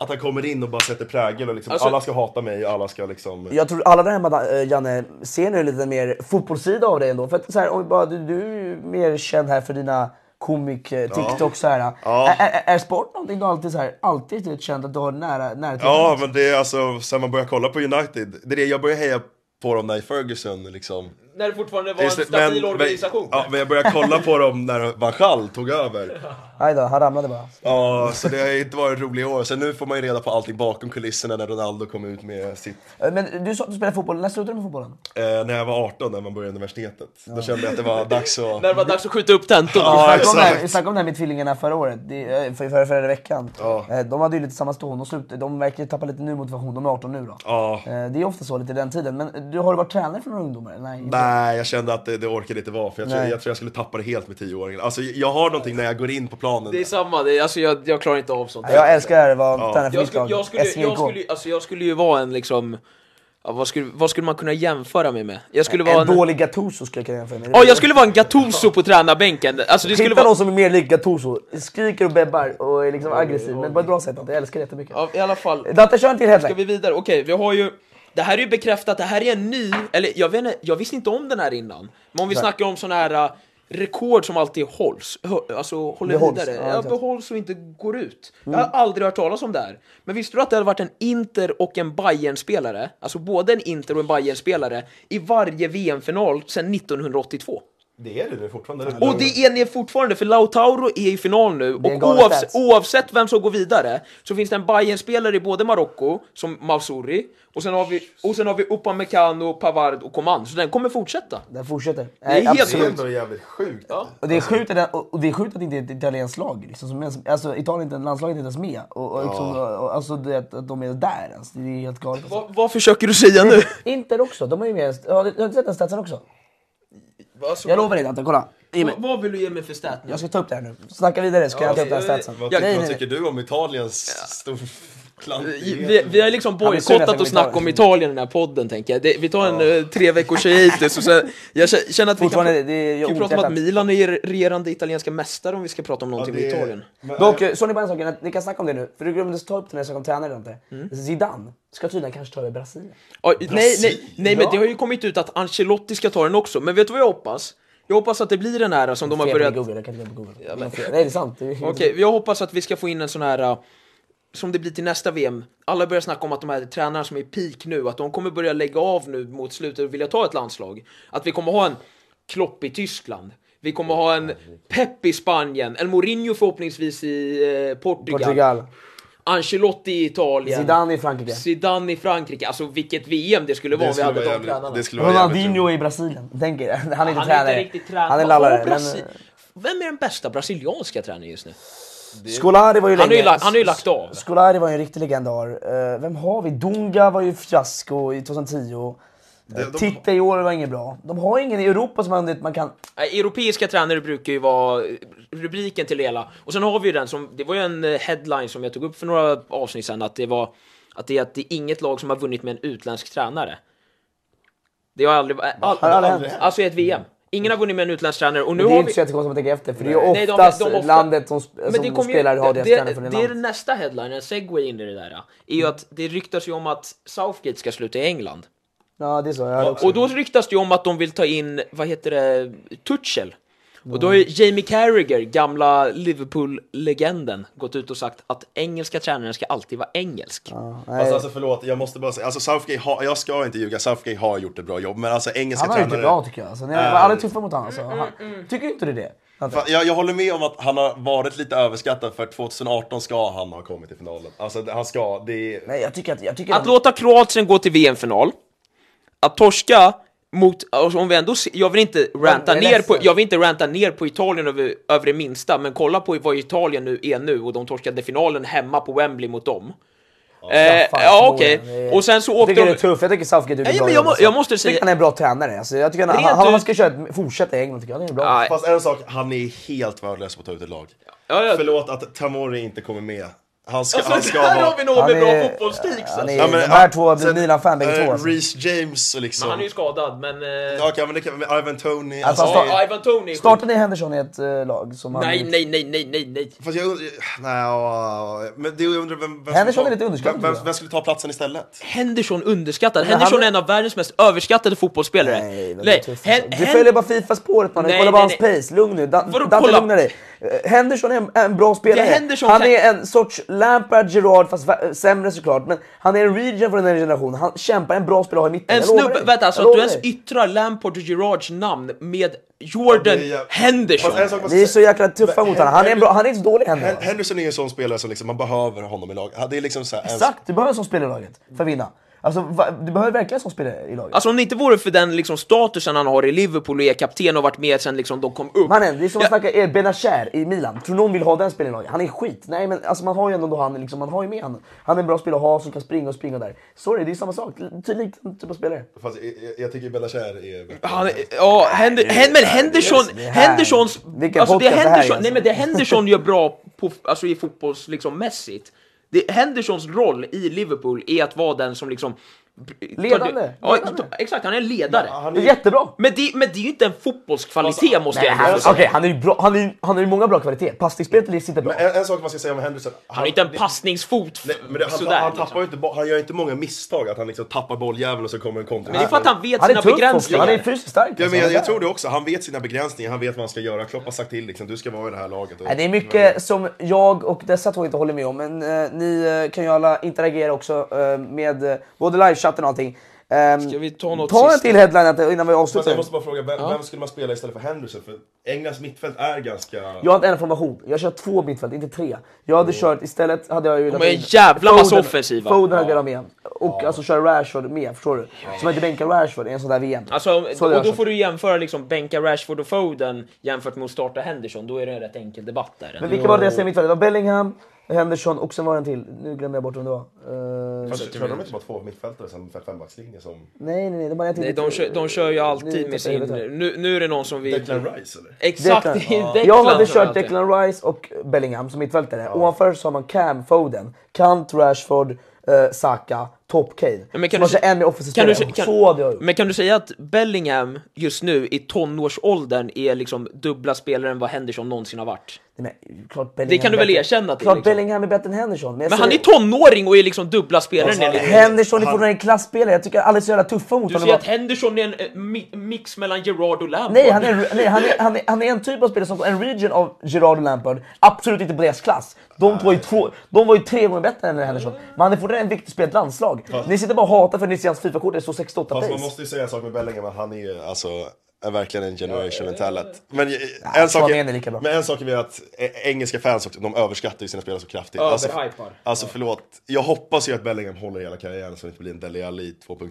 E: Att han kommer in och bara sätter prägel och liksom,
D: Alltså-
E: alla ska hata mig och alla ska liksom...
A: Jag tror alla där hemma eh, Janne ser nu lite mer fotbollssida av dig ändå. För att, så här, om vi bara, du, du är ju mer känd här för dina komik eh, TikTok så här.
E: Ja.
A: Är, är, är sport någonting du alltid, så här, alltid typ känt att du har nära, nära till?
E: Ja, men det är alltså, sen man börjar kolla på United, det är det jag börjar heja på dem när Ferguson liksom...
D: När det fortfarande var en
E: Just det,
D: stabil organisation.
E: Men, ja, men jag börjar kolla på dem när Van Gaal tog över.
A: Aj då, han ramlade bara.
E: Ja, så det har ju inte varit roliga år. Sen nu får man ju reda på allting bakom kulisserna när Ronaldo kom ut med sitt...
A: Eh, Men du sa att du spelade fotboll, när slutade du med fotbollen?
E: Eh, när jag var 18, när man började universitetet. Då kände jag att det var dags att...
D: När det var dags att skjuta upp tentorn.
E: Ja,
A: vi snackade om, det här-
E: exakt.
A: vi snackade om det här med tvillingarna förra året, det, eh, för, förra, förra veckan.
E: Ja.
A: Eh, De hade ju lite samma situation, de, slut, de verkar ju tappa lite nu motivation, de är 18 nu då.
E: Ja.
A: Eh, Det är ofta så lite i den tiden, men du har du varit tränare för några ungdomar? eller? Nej.
E: Nej, jag kände att det, det orkade inte vara. För jag, tror,
A: Nej.
E: jag tror jag skulle tappa det helt med 10-åringen. Alltså, jag har någonting när jag går in på planen.
D: Det är samma, det, är- alltså, jag, jag klarar inte av sånt.
A: Ja, Jag älskar att vara
E: Ja.
A: tränare för
D: jag
A: mitt
D: skulle,
A: lag,
D: jag, skulle, jag,
A: SJK.
D: skulle, alltså, jag skulle ju vara en liksom... Ja, vad, skulle, vad skulle man kunna jämföra mig med? Jag skulle vara
A: En
D: en...
A: dålig Gattuso skulle jag kunna jämföra med.
D: Ja, jag skulle vara en Gattuso på tränarbänken. Alltså, det skulle
A: Hitta
D: vara...
A: någon som är mer lik Gattuso, skriker och bebbar och är liksom aggressiv, men på ett bra sätt. Jag älskar det jättemycket.
D: Ja, I alla fall.
A: Dante, kör en till
D: Ska
A: headline.
D: vi vidare? Okej, vi har ju... Det här är ju bekräftat, det här är en ny, eller jag vet inte, jag visste inte om den här innan. Men om vi snackar om sådana här äh, rekord som alltid hålls, hö- alltså håller
A: Behålls,
D: vidare,
A: ja,
D: ja,
A: exakt. Mm.
D: behålls och inte går ut. Jag har aldrig hört talas om det här. Men visste du att det hade varit en Inter och en bayern spelare alltså både en Inter och en bayern spelare i varje VM-final sedan 1982?
E: Det är det nu fortfarande. eller?
D: Och det är ni fortfarande, för Lautaro är i final nu och
A: är en galen
D: oavs
A: stats.
D: oavsett vem som går vidare så finns det en bayern spelare i både Marocko, som Mausuri, och sen har vi, och sen har vi Upamecano, Pavard och Coman, så den kommer fortsätta.
A: Den fortsätter. Det
D: är helt
E: Det är ändå jävligt sjukt.
A: Och det är sjukt att, och och det är sjukt att inte ett italienskt lag, liksom, som ens, alltså Italien, inte- landslaget inte ens med. Och, och, liksom, och, och, alltså, det, att, att de är där ens, det är helt galet. Alltså.
D: Va, vad försöker du säga nu?
A: Inter också, de har ju med ens, ja, du har inte sett den statsen också?
D: Alltså,
A: Jag lovar dig Dante, kolla. Ge
D: vad,
A: mig.
D: vad vill du ge mig för stat nu?
A: Jag ska ta upp det här nu. Snacka vidare så kan jag ta upp den här
D: eh,
A: statsen.
E: Vad,
D: Ja,
E: vad
A: nej, nej.
E: tycker du om Italiens stor
D: Vi,
E: klantighet?
D: vi har liksom
A: men synd att jag
D: bojkottat
A: kom
D: och snackat om
A: Italien.
D: Italien i den här podden tänker jag. Det, vi tar en eh, tre veckors hiatus och sen, jag kä- känner att vi kan,
A: Fortfarande,
D: kan
A: det är
D: ju
A: jag
D: prata om att
A: otäckat.
D: Milan är regerande italienska mästare om vi ska prata om någonting med Italien.
E: Men-
A: Dock, eh, så ni bara en sak, att ni kan snacka om det nu. För du glömde ta upp det när jag snackade om tränare Dante.
E: Mm.
A: Zidane ska tydligen kanske ta över Brasilien.
D: Ja, nej, nej, nej men det har ju kommit ut att Ancelotti ska ta den också, men vet du vad jag hoppas? Jag hoppas att det blir den här som de har
A: Fel med
D: börjat...
A: Google, jag kan inte gå på Google. Det är fel. Nej det är sant. Det är-
D: Okej, jag hoppas att vi ska få in en sån här uh, som det blir till nästa VM. Alla börjar snacka om att de här tränarna som är i peak nu, att de kommer börja lägga av nu mot slutet och vilja ta ett landslag. Att vi kommer ha en Klopp i Tyskland. Vi kommer ha en Pep i Spanien, en Mourinho förhoppningsvis i eh, Portugal,
A: Portugal.
D: Ancelotti i Italien,
A: Zidane i Frankrike.
D: Zidane i Frankrike. Alltså vilket VM det skulle vara
E: Det
D: om vi
E: skulle vara
D: hade de
E: jävligt,
D: tränarna.
E: det skulle vara jävligt
A: Ronaldinho i Brasilien. Tänk er, han är inte
D: Han är
A: tränare.
D: inte riktigt tränare.
A: Han är
D: Och
A: lallare.
D: Brasi-
A: Men,
D: Vem är den bästa brasilianska tränaren just nu?
A: Scolari var ju
D: Han har ju,
A: länge...
D: la- han har ju lagt av.
A: Scolari var ju en riktig legendar. Eh, vem har vi? Dunga var ju fiasko i 2010.
E: de-
A: De, Titta i år var inget bra. De har ingen i Europa som man, man kan...
D: Nej, Äh, Europeiska tränare brukar ju vara rubriken till det hela. Och sen har vi ju den som, det var ju en eh, headline som jag tog upp för några avsnitt sedan, att det var att det är, att det är inget lag som har vunnit med en utländsk tränare. Det har aldrig, all,
A: Har det aldrig hänt?
D: alltså i ett VM. Ingen har vunnit med en utländsk tränare och nu
A: Det är
D: har
A: inte
D: vi...
A: så jättekonstigt om man tänker efter, för det är ju
D: Nej, de-
A: oftast
D: de ofta-
A: landet som, sp- som
D: kommer ju-
A: spelar har deras
D: det,
A: tränare från
D: det,
A: det
D: det är den
A: landet.
D: nästa headline, en segway in i det där. Är ju att det ryktas ju om att Southgate ska sluta i England.
A: Ja, det är så. Jag hade också.
D: Och då ryktas det ju om att de vill ta in, vad heter det, Tuchel. Och då har ju Jamie Carragher, gamla Liverpool-legenden, gått ut och sagt att engelska tränaren ska alltid vara engelsk.
A: Nej.
E: Alltså, alltså förlåt, jag måste bara säga, alltså Southgate har, jag ska inte ljuga, Southgate har gjort ett bra jobb, men alltså engelska
A: han har gjort det
E: tränare-
A: bra tycker jag. Alltså, ni var alla tuffa mot honom. Alltså.
D: mm,
A: Han, tycker inte du det?
E: Eh, Fan, Jag, jag håller med om att han har varit lite överskattad för 2018 ska han ha kommit till finalen. Alltså det- han ska, det är...
A: Nej, jag tycker att... Jag tycker
D: Att låta Kroatien gå till VM-final, att torska mot, alltså om vi ändå, se- jag vill inte ranta
A: jag är
D: ner på,
A: ledsen.
D: jag vill inte ranta ner på Italien över, över det minsta, men kolla på vad Italien nu är nu och de torskade finalen hemma på Wembley mot dem. Ja, eh,
A: fan,
D: ja
A: förmodligen.
D: okej,
A: Det är-
D: och sen så
A: Jag
D: åkte
A: tycker det
D: de...
A: är tufft, jag tycker Southgate gjorde
D: Nej,
A: ett bra
D: men jag
A: jobb.
D: må-
A: alltså.
D: jag måste
A: tycker
D: säga-
A: han är en bra tränare. Alltså. Jag tycker han,
D: Rent
A: han, han,
D: ut-
A: ska köra, ett- fortsätta i England tycker jag. Han är bra.
D: Nej.
E: Fast en sak, han är helt värdelös på att ta ut ett lag.
D: Ja, ja.
E: Förlåt att Tamori inte kommer med. Han ska, han
D: Alltså,
E: ska
D: där
E: vara...
D: har vi någon
A: Han
D: med bra
A: är-
D: fotbollstik!
A: han
D: alltså.
A: är- De här två har blivit Milan-fan bägge
E: eh,
A: två, alltså.
E: Reece James och liksom...
D: Men han är ju skadad, men... eh,
E: Ja, okej, men det kan, men Ivan Tony.
A: Alltså,
E: Alltså,
A: han
E: det-
D: ja, Ivan Tony är sjuk.
A: Startar ni Henderson i ett eh, lag som han...
D: Nej, nej, nej, nej, nej, nej.
E: Fast jag undrar... Nej, ja, men det jag undrar vem... vem
A: Henderson
E: skulle ta-
A: är lite underskattad,
E: Vem,
A: tror jag.
E: vem, vem skulle ta platsen istället?
D: Henderson underskattad. Henderson
A: han-
D: är en av världens mest överskattade fotbollsspelare.
A: Nej, vad
D: Nej,
A: tufft. alltså.
D: Hen-
A: Du
D: Hen-
A: följer bara Fifa-spåret mannen,
D: Nej,
A: kolla bara
D: nej,
A: hans
D: nej.
A: pace. Lugn nu, Dan-
D: Vadå,
A: Dante
D: kolla?
A: lugna dig. Eh, Henderson är en, en bra spelare.
D: Det är Henderson
A: han
D: kan-
A: är en sorts Lampard, Gerard, fast vä- sämre såklart. Men han är en region från den här generationen. Han kämpar, en bra spelare att ha i mitten.
D: En
A: Jag lovar
D: snubbe,
A: dig.
D: vänta alltså
A: Jag
D: att du
A: lovar
D: ens
A: dig.
D: yttrar Lampard och Gerards namn med Jordan
E: Ja, det är jä-
D: Henderson.
E: Fast en sak måste
A: Ni är
E: jag
A: så
E: säga.
A: jäkla tuffa mot honom. Han är, en bra, han är inte så dålig
E: Hen-
A: Henderson.
E: Henderson är ju en sån spelare som liksom, man behöver honom i lag. Det är liksom så här, en-
A: Exakt, du behöver en sån spelare i laget för att vinna. Alltså, va, du behöver verkligen en sån spelare i laget.
D: Alltså om det inte vore för den liksom, statusen han har i Liverpool och är kapten och varit med sen liksom, de kom upp.
A: Mannen, det är som att
D: Ja.
A: snacka er Benacher i Milan. Tror någon vill ha den spelaren i laget? Han är skit. Nej men alltså man har ju ändå då han, liksom, man har ju med han. Han är en bra spelare att ha som kan springa och springa där. Sorry, det är samma sak. Tydligt typ av spelare.
E: Fast jag, jag- jag tycker Belachär är bättre.
D: Han, ja, Hender, Hen, men Henderson,
A: det här-
D: Hendersons...
A: Vilken
D: alltså det
A: podcast det här är,
D: Henderson,
A: alltså.
D: nej men det Henderson gör bra på, alltså i fotbolls, liksom mässigt. Det, Hendersons roll i Liverpool är att vara den som liksom...
A: Ledande.
D: Ja,
A: Ledande.
D: ta- exakt, han är en ledare.
E: Han
A: Det är
E: är,
A: jättebra! Alltså,
D: Men det, men det är ju inte en fotbollskvalitet måste
A: Nej,
D: jag
A: han,
D: ändå
A: okej,
D: säga.
A: han är ju bra. Han är, han har ju många bra kvaliteter. Passningsspelet är sitter bra.
E: en, en sak man ska säga om Henderson.
D: Han är inte en passningsfot
E: Nej, men det, han,
D: sådär.
E: han, tappar
D: liksom.
E: ju inte, bo- han gör inte många misstag, att han liksom tappar bolljäveln och så kommer en kontring.
D: Men det är för att han vet
A: Han är
D: sina
A: tuff också.
D: begränsningar.
A: Han är fysiskt stark.
E: Ja,
A: alltså.
E: men jag,
A: Han är
E: jag
A: där.
E: tror det också, han vet sina begränsningar, han vet vad han ska göra. Klopp har sagt till liksom, du ska vara i det här laget. Och-
A: Nej, Det är mycket som jag och dessa två inte håller med om, men eh, ni eh, kan ju alla interagera också eh, med eh, både livechatten och allting. Ehm,
D: Ska vi ta något
A: ta en
D: sista?
A: till headline innan vi
E: Fast
A: avslutar.
E: jag måste bara fråga, vem, vem skulle man spela istället för Henderson? För Englands mittfält är ganska...
A: Jag har inte en formation, jag kör två mittfält, inte tre. Jag hade kört, istället hade jag ju...
D: har en jävla massa offensiva.
A: Foden hade jag velat med. Och alltså köra Rashford med, förstår du? Så man inte bänkar Rashford i en sån där VM.
D: Alltså, om-
A: Så hade
D: och
A: jag
D: då
A: kört.
D: får du jämföra liksom bänka Rashford och Foden jämfört med att starta Henderson. Då är det en rätt enkel debatt där.
A: Men vilka var det jag säger mittfält? Det var Bellingham, Henderson och sen var det en till. Nu glömde jag bort vem det var. Eh,
E: Fast Körde de inte bara två mittfältare sen fem- fembackslinje som...
A: nej, nej, nej. Det var en till.
D: Nej, de, kör, de kör ju
A: Nu
D: alltid
A: tappar
D: med
A: jag
D: sin...
A: huvudet här.
D: Nu, nu är det någon som vill...
E: Declan Rice eller?
D: Exakt, det är
A: Declan.
D: Declan
A: Jag
D: som
A: hade
D: gör
A: kört
D: alltid.
A: Declan Rice och Bellingham som mittfältare. Ovanför så har man Cam Foden, Kant, Rashford, eh, Saka, Top Kane.
D: Ja, men
A: så
D: kan du
A: man kör
D: se-
A: en med
D: Kan
A: offensiv
D: du,
A: spelare.
D: kan,
A: Så hade jag gjort.
D: men kan du säga att Bellingham just nu i tonårsåldern är liksom dubbla spelare än vad Henderson någonsin har varit?
A: Nej, men, klart Bellingham
D: kan du
A: är
D: väl
A: bättre.
D: erkänna till,
A: Klart
D: liksom.
A: Bellingham är bättre än Henderson. jag
D: Men han är
A: säger-
D: tonåring och är liksom dubbla spelare.
E: Alltså,
D: enligt-
A: Henderson är fortfarande en klassspelare. Jag tycker alla är så jävla tuffa mot
D: Du
A: honom.
D: säger att Henderson är en eh, mi- mix mellan Gerard och Lampard?
A: Nej, han är, nej han, är, han, är, han är en typ av spelare som en region av Gerard och Lampard. Absolut inte på deras klass. De, var ju två, de var ju tre gånger bättre än Henderson. Men han är fortfarande en viktig spelare i ett landslag. Ni sitter bara och hatar för att ni ser hans Fifa-kort. Det står 68
E: Fast man
A: pace.
E: måste ju säga en sak med Bellingham, att han är ju alltså är verkligen en generational talent. Men, eh, en
A: fan,
E: sak
A: han är lika bra.
E: är, men en sak är att eh, engelska fans också, de överskattar ju sina spelare så kraftigt.
D: Överhypar.
E: alltså förlåt, jag hoppas ju att Bellingham håller hela karriären så det inte blir en Dele Alli 2.0.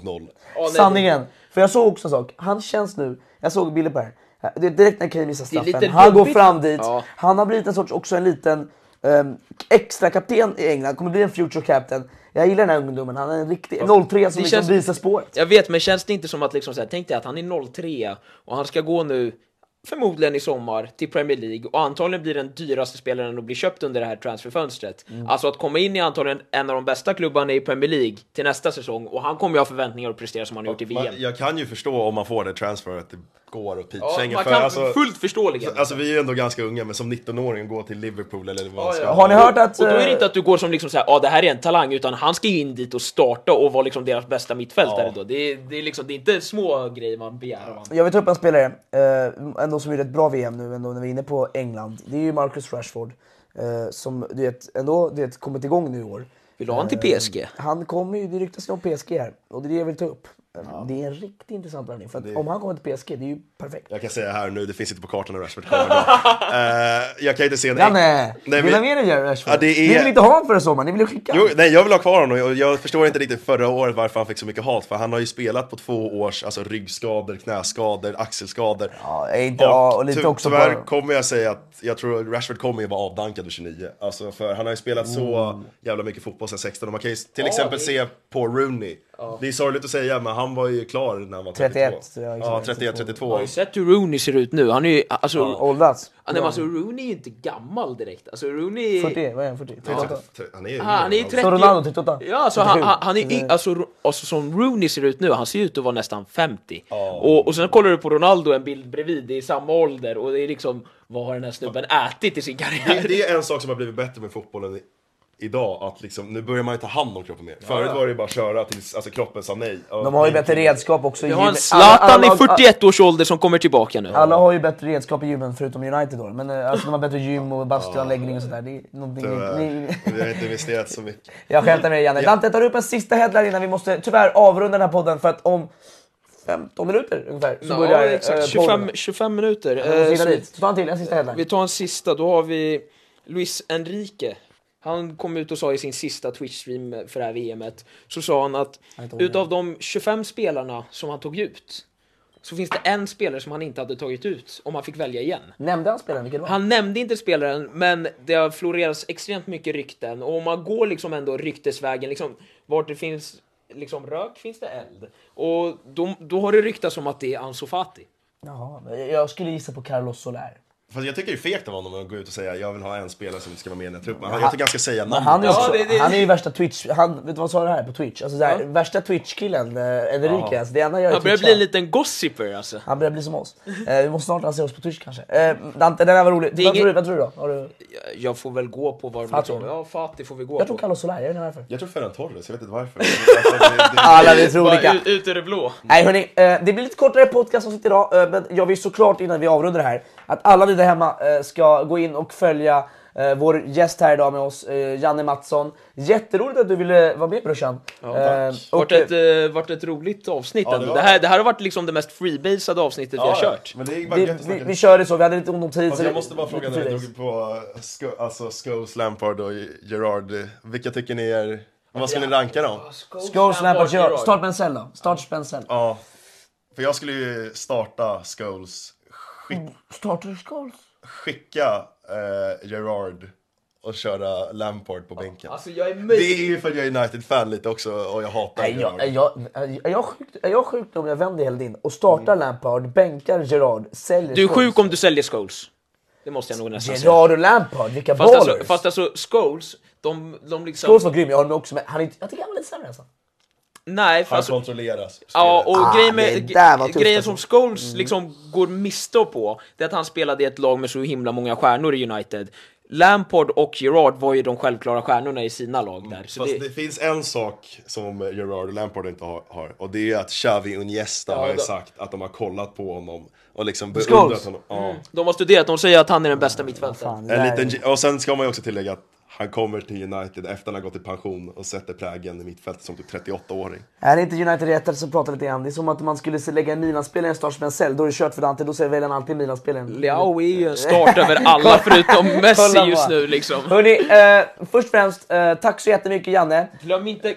D: Ja, nej,
A: Sanningen. För jag såg också en sak. Han känns nu... Jag såg bilder på det här. Det är direkt när Kane missar
D: Det är lite
A: straffen. Han går
D: jobbigt.
A: fram dit.
D: Ja.
A: Han har blivit en sorts, också en liten um, extra kapten i England. Kommer bli en future captain. Jag gillar den här ungdomen. Han är en riktig 03 som
D: det
A: liksom
D: känns-
A: visar spåret.
D: Jag vet, men känns det inte som att liksom så här, tänk dig att han är 03 och han ska gå nu förmodligen i sommar till Premier League och antagligen blir den dyraste spelaren att bli köpt under det här transferfönstret.
A: Mm.
D: Alltså att komma in i antagligen en av de bästa klubbarna i Premier League till nästa säsong och han kommer ju ha förväntningar att prestera som han har gjort i VM.
E: Man, jag kan ju förstå om man får det transfer att det går åt
D: Ja,
E: pipsvängen.
D: man
E: för
D: kan
E: alltså,
D: fullt förståeligen.
E: alltså vi är ju ändå ganska unga, men som 19-åring gå till Liverpool eller vad ska-
A: Har ni hört att...
D: och då är
A: eh,
D: det inte att du går som liksom såhär, ja ah, det här är en talang, utan han ska ju in dit och starta och vara liksom deras bästa mittfältare
E: Ja.
D: då. Det är, det är liksom, det är inte små grejer man begär av honom.
A: Jag vill ta upp en spelare, eh, ändå som gjorde ett bra VM nu ändå när vi är inne på England. Det är ju Marcus Rashford. Eh, som du vet, ändå du vet, kommit igång nu i år.
D: Vill du ha en
A: Eh,
D: till PSG?
A: Han kommer ju, det ryktas ju om PSG här och det är det jag vill ta upp. Eh, Det är en riktigt intressant värvning för att om han kommer till PSG, det är ju perfekt.
E: Jag kan säga här nu, det finns inte på kartan när Rashford kommer. uh, jag kan inte se en...
A: Janne!
E: Nej,
A: Dela
E: men-
A: eh, med er Rashford.
E: Ja, det är-
A: Ni vill inte ha honom förra sommaren, ni vill ju skicka
E: Jo,
A: honom.
E: nej, jag vill ha kvar honom och jag förstår inte riktigt förra året varför han fick så mycket hat. För han har ju spelat på två års alltså, ryggskador, knäskador, axelskador.
A: Ja, är inte, ja, och lite
E: ty-
A: också
E: tyvärr
A: på-
E: kommer jag säga att jag tror att Rashford kommer ju vara avdankad vid 29. Alltså, för han har ju spelat
A: Mm.
E: så jävla mycket fotboll sedan 16 och man kan ju till exempel se på Rooney. Det är sorgligt att säga men han var ju klar när han var 32.
A: 31, ja,
E: ja,
A: exakt.
E: 31,
D: Har
E: 32.
D: du sett hur Rooney ser ut nu? Han är ju, alltså,
A: Åldrats.
D: Ja, nej, men alltså Rooney är ju inte gammal direkt. Alltså Rooney...
A: 40, vad är han? 40? 38?
E: Han är ju
D: Ah, han är ju 30.
A: Så Ronaldo, 38?
D: Ja, alltså, han,
A: 37.
D: han, han är, i- alltså, Ro- alltså som Rooney ser ut nu, han ser ju ut att vara nästan 50. Och, och sen kollar du på Ronaldo, en bild bredvid, det är samma ålder och det är liksom, vad har den här snubben ätit i sin
E: det,
D: karriär?
E: det är en sak som har blivit bättre med fotbollen i- idag, att liksom, nu börjar man ju ta hand om kroppen mer. Förut var det ju bara att köra tills alltså, kroppen sa nej. Ja,
A: De har ju
E: nej,
A: bättre
E: nej.
A: redskap också. i
D: Vi har en
A: gym- alla-
D: Zlatan i
A: alla-
D: 41 års ålder som kommer tillbaka nu.
A: Alla har ju bättre redskap i gymmen förutom United då. Men eh, alltså, de har bättre gym och bastuanläggning och sådär. Det är någonting...
E: Tyvärr.
A: ni- ni-
E: Vi har inte investerat så mycket.
A: Jag skämtar med dig Janne. Dante tar upp en sista headline innan vi måste tyvärr avrunda den här podden för att om 15 minuter ungefär så
D: Ja,
A: börjar
D: exakt.
A: eh,
D: 25,
A: podden.
D: 25 minuter.
A: Vi måste
D: Eh,
A: hinna
D: så-
A: dit. Så ta en till, en sista headline.
D: Vi tar en sista, då har vi Luis Enrique. Han kom ut och sa i sin sista Twitch-stream för det här VMet, så sa han att utav de 25 spelarna som han tog ut, så finns det en spelare som han inte hade tagit ut om han fick välja igen.
A: Nämnde han spelaren vilken det var?
D: Han nämnde inte spelaren, men det har florerats extremt mycket rykten och om man går liksom ändå ryktesvägen, liksom vart det finns liksom rök finns det eld. Och då, då har det ryktats om att det är Ansu Fati.
A: Jaha, jag skulle gissa på Carlos Soler.
E: Fast jag tycker det är fegt av honom att gå ut och säga jag vill ha en spelare som inte ska vara med i den här truppen. Han- Jag tycker han ska säga namnet.
A: Han är,
E: alltså.
A: också,
D: det- det-
A: han är ju värsta Twitch... Han, vet du vad han sa det här på Twitch? Alltså, så här, Värsta Twitch-killen, eh, Enrique. Alltså, det enda jag
D: Han börjar bli en liten gossiper alltså.
A: Han börjar bli som oss. Eh, vi måste snart lansera oss på Twitch kanske. Eh, Dante, den här var rolig. Vad,
D: är
A: tror du,
D: inget-
A: vad tror du då? Har du...
D: Jag får väl gå på vad
A: Fatih.
D: de liksom- Ja, Fatih får vi gå
A: Jag tror
D: på.
A: Carlos Soler, jag vet inte varför.
E: Jag tror Ferran Torres, jag vet inte varför. Alltså, det, det...
A: Alla vi tror olika.
D: Bara ut, ut ur det blå.
A: Nej hörni, eh, det blir lite kortare podcast avsnitt idag, eh, men jag vill såklart innan vi avrundar det här att alla ni där hemma eh, ska gå in och följa Eh, vår gäst här idag med oss, eh, Janne Mattsson. Jätteroligt att du ville vara med brorsan.
D: Ja, tack.
A: och,
D: Vart ett, eh, vart ett roligt avsnitt
E: Ja,
D: ändå.
E: det
D: Det,
E: var
D: här, det här har varit liksom det mest freebasade avsnittet vi har kört.
E: Men det är ju bara
A: vi,
E: gött att
A: vi,
E: snacka
A: vi körde så, vi hade lite ont om tid.
E: Alltså,
A: så
E: jag
A: det-
E: måste bara fråga när vi
A: freebase.
E: drog på eh, Sco- alltså Scholes, Lampard och Gerard. eh, Vilka tycker ni är... Vad ska ni ranka dem?
A: Scholes, Lampard, Gerrard. Start Benzell då. Start Benzell.
E: Ja. För jag skulle ju starta Scholes, skick,
A: Startar du Scholes?
E: skicka eh, Gerard och köra Lampard på bänken.
D: Alltså jag är
E: Det
D: möjlig.
E: är ju för att jag är United-fan lite också och jag hatar
A: Nej, jag,
E: Gerard.
A: är, jag, är, jag sjuk, är jag sjuk om jag vänder hela din och startar Lampard, bänkar Gerard, säljer
D: Mm. Du är
A: Scholes?
D: sjuk om du säljer Scholes. Det måste jag nog nästan säga.
A: Gerard och Lampard, vilka
D: Fast
A: ballers!
D: alltså, fast alltså Scholes, de, de liksom...
A: Scholes var grym, jag håller med också med. Han är, inte- jag tycker han var lite sämre alltså.
D: Nej,
E: Han
D: fast...
E: kontrolleras.
D: alltså- Ja, och
A: Ah,
D: grejen,
A: det
D: med,
A: där var tufft
D: grejen
A: alltså.
D: som Scholes liksom går miste på, det är att han spelade i ett lag med så himla många stjärnor i United. Lampard och Gerard var ju de självklara stjärnorna i sina lag där. Så
E: Fast
D: Mm. det,
E: det... finns en sak som Gerard och Lampard inte har, har och det är att Xavi Iniesta har ju
D: då-
E: sagt att de har kollat på honom och liksom
A: Scholes.
E: beundrat honom. Ja.
D: De har studerat, de säger att han är den bästa mittfältaren.
A: Fan, det
E: En
A: där-
E: liten, och sen ska man ju också tillägga att han kommer till United efter han har gått i pension och sätter prägen i mittfältet som typ 38-åring.
A: Är det inte United rätt så pratar lite grann. Det är som att man skulle se- lägga en Milan-spelare i en start som en cell. Då är det kört för Dante, då säger väljaren alltid Milan-spelaren.
D: Leao är ju en start över alla förutom Messi
A: Kolla
D: just
A: bara.
D: nu liksom.
A: Hörni, eh, först och främst, eh, tack så jättemycket Janne.
D: Glöm inte,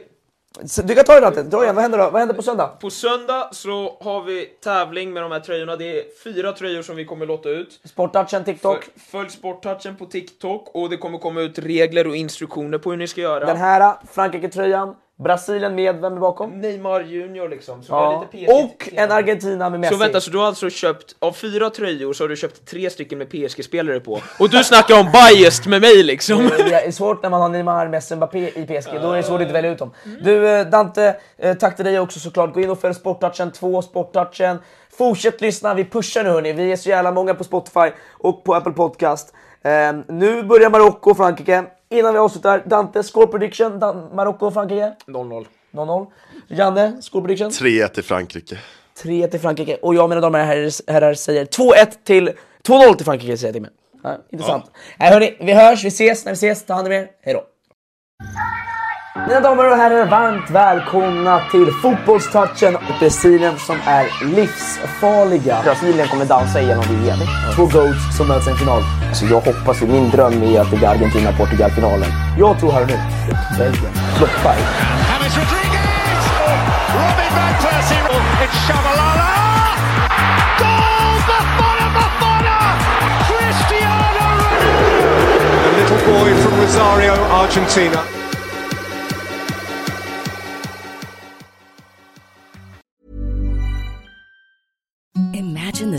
A: Så, du kan ta det Dante, dra igen. Vad händer då? Vad händer på söndag?
D: på söndag så har vi tävling med de här tröjorna. Det är fyra tröjor som vi kommer låta ut.
A: Sporttouchen, TikTok.
D: F- Följ Sporttouchen på TikTok och det kommer komma ut regler och instruktioner på hur ni ska göra.
A: Den här, eh, Frankrike-tröjan. Brasilien med, vem är bakom?
D: Neymar Junior liksom. Så vi har
A: Ja.
D: lite PSG
A: Och en Argentina med Messi.
D: Så vänta, så du har alltså köpt, av fyra tröjor så har du köpt tre stycken med PSG-spelare på. Och du snackar om biased med mig liksom.
A: Det är svårt när man har Neymar, Messi, Mbappé i PSG. Då är det svårt att välja ut dem.
D: Mm.
A: Du eh, Dante, eh, tack till dig också såklart. Gå in och följ Sporttouchen 2, Sporttouchen. Fortsätt lyssna, vi pushar nu hörni. Vi är så jävla många på Spotify och på Apple Podcast. Eh, Nu börjar Marocko och Frankrike. Innan vi avslutar, Dante, score prediction. Dan- Marocko och Frankrike
D: 0-0.
A: 0-0. Janne, score prediction
E: 3-1 till Frankrike.
A: 3 till Frankrike. Och jag mina damer och herrar, herrar säger 2-1 till 2-0 till Frankrike säger jag till mig. Ja, intressant. Nej, hörni, vi hörs, vi ses när vi ses. Ta hand om er. Hej då. Mina damer och herrar, varmt välkomna till fotbollstouchen. Brasilien som är livsfarliga. Brasilien kommer dansa igenom VM. Två goats som möts i en final. Alltså jag hoppas ju, min dröm är att det blir Argentina-Portugal-finalen. Jag tror här och nu, Belgien floppar.
B: James Rodriguez! Robin van Persie! It's Shabalala! Goal! Buffon! Buffon! Cristiano Ronaldo!
C: A little boy from Rosario, Argentina.
F: Imagine the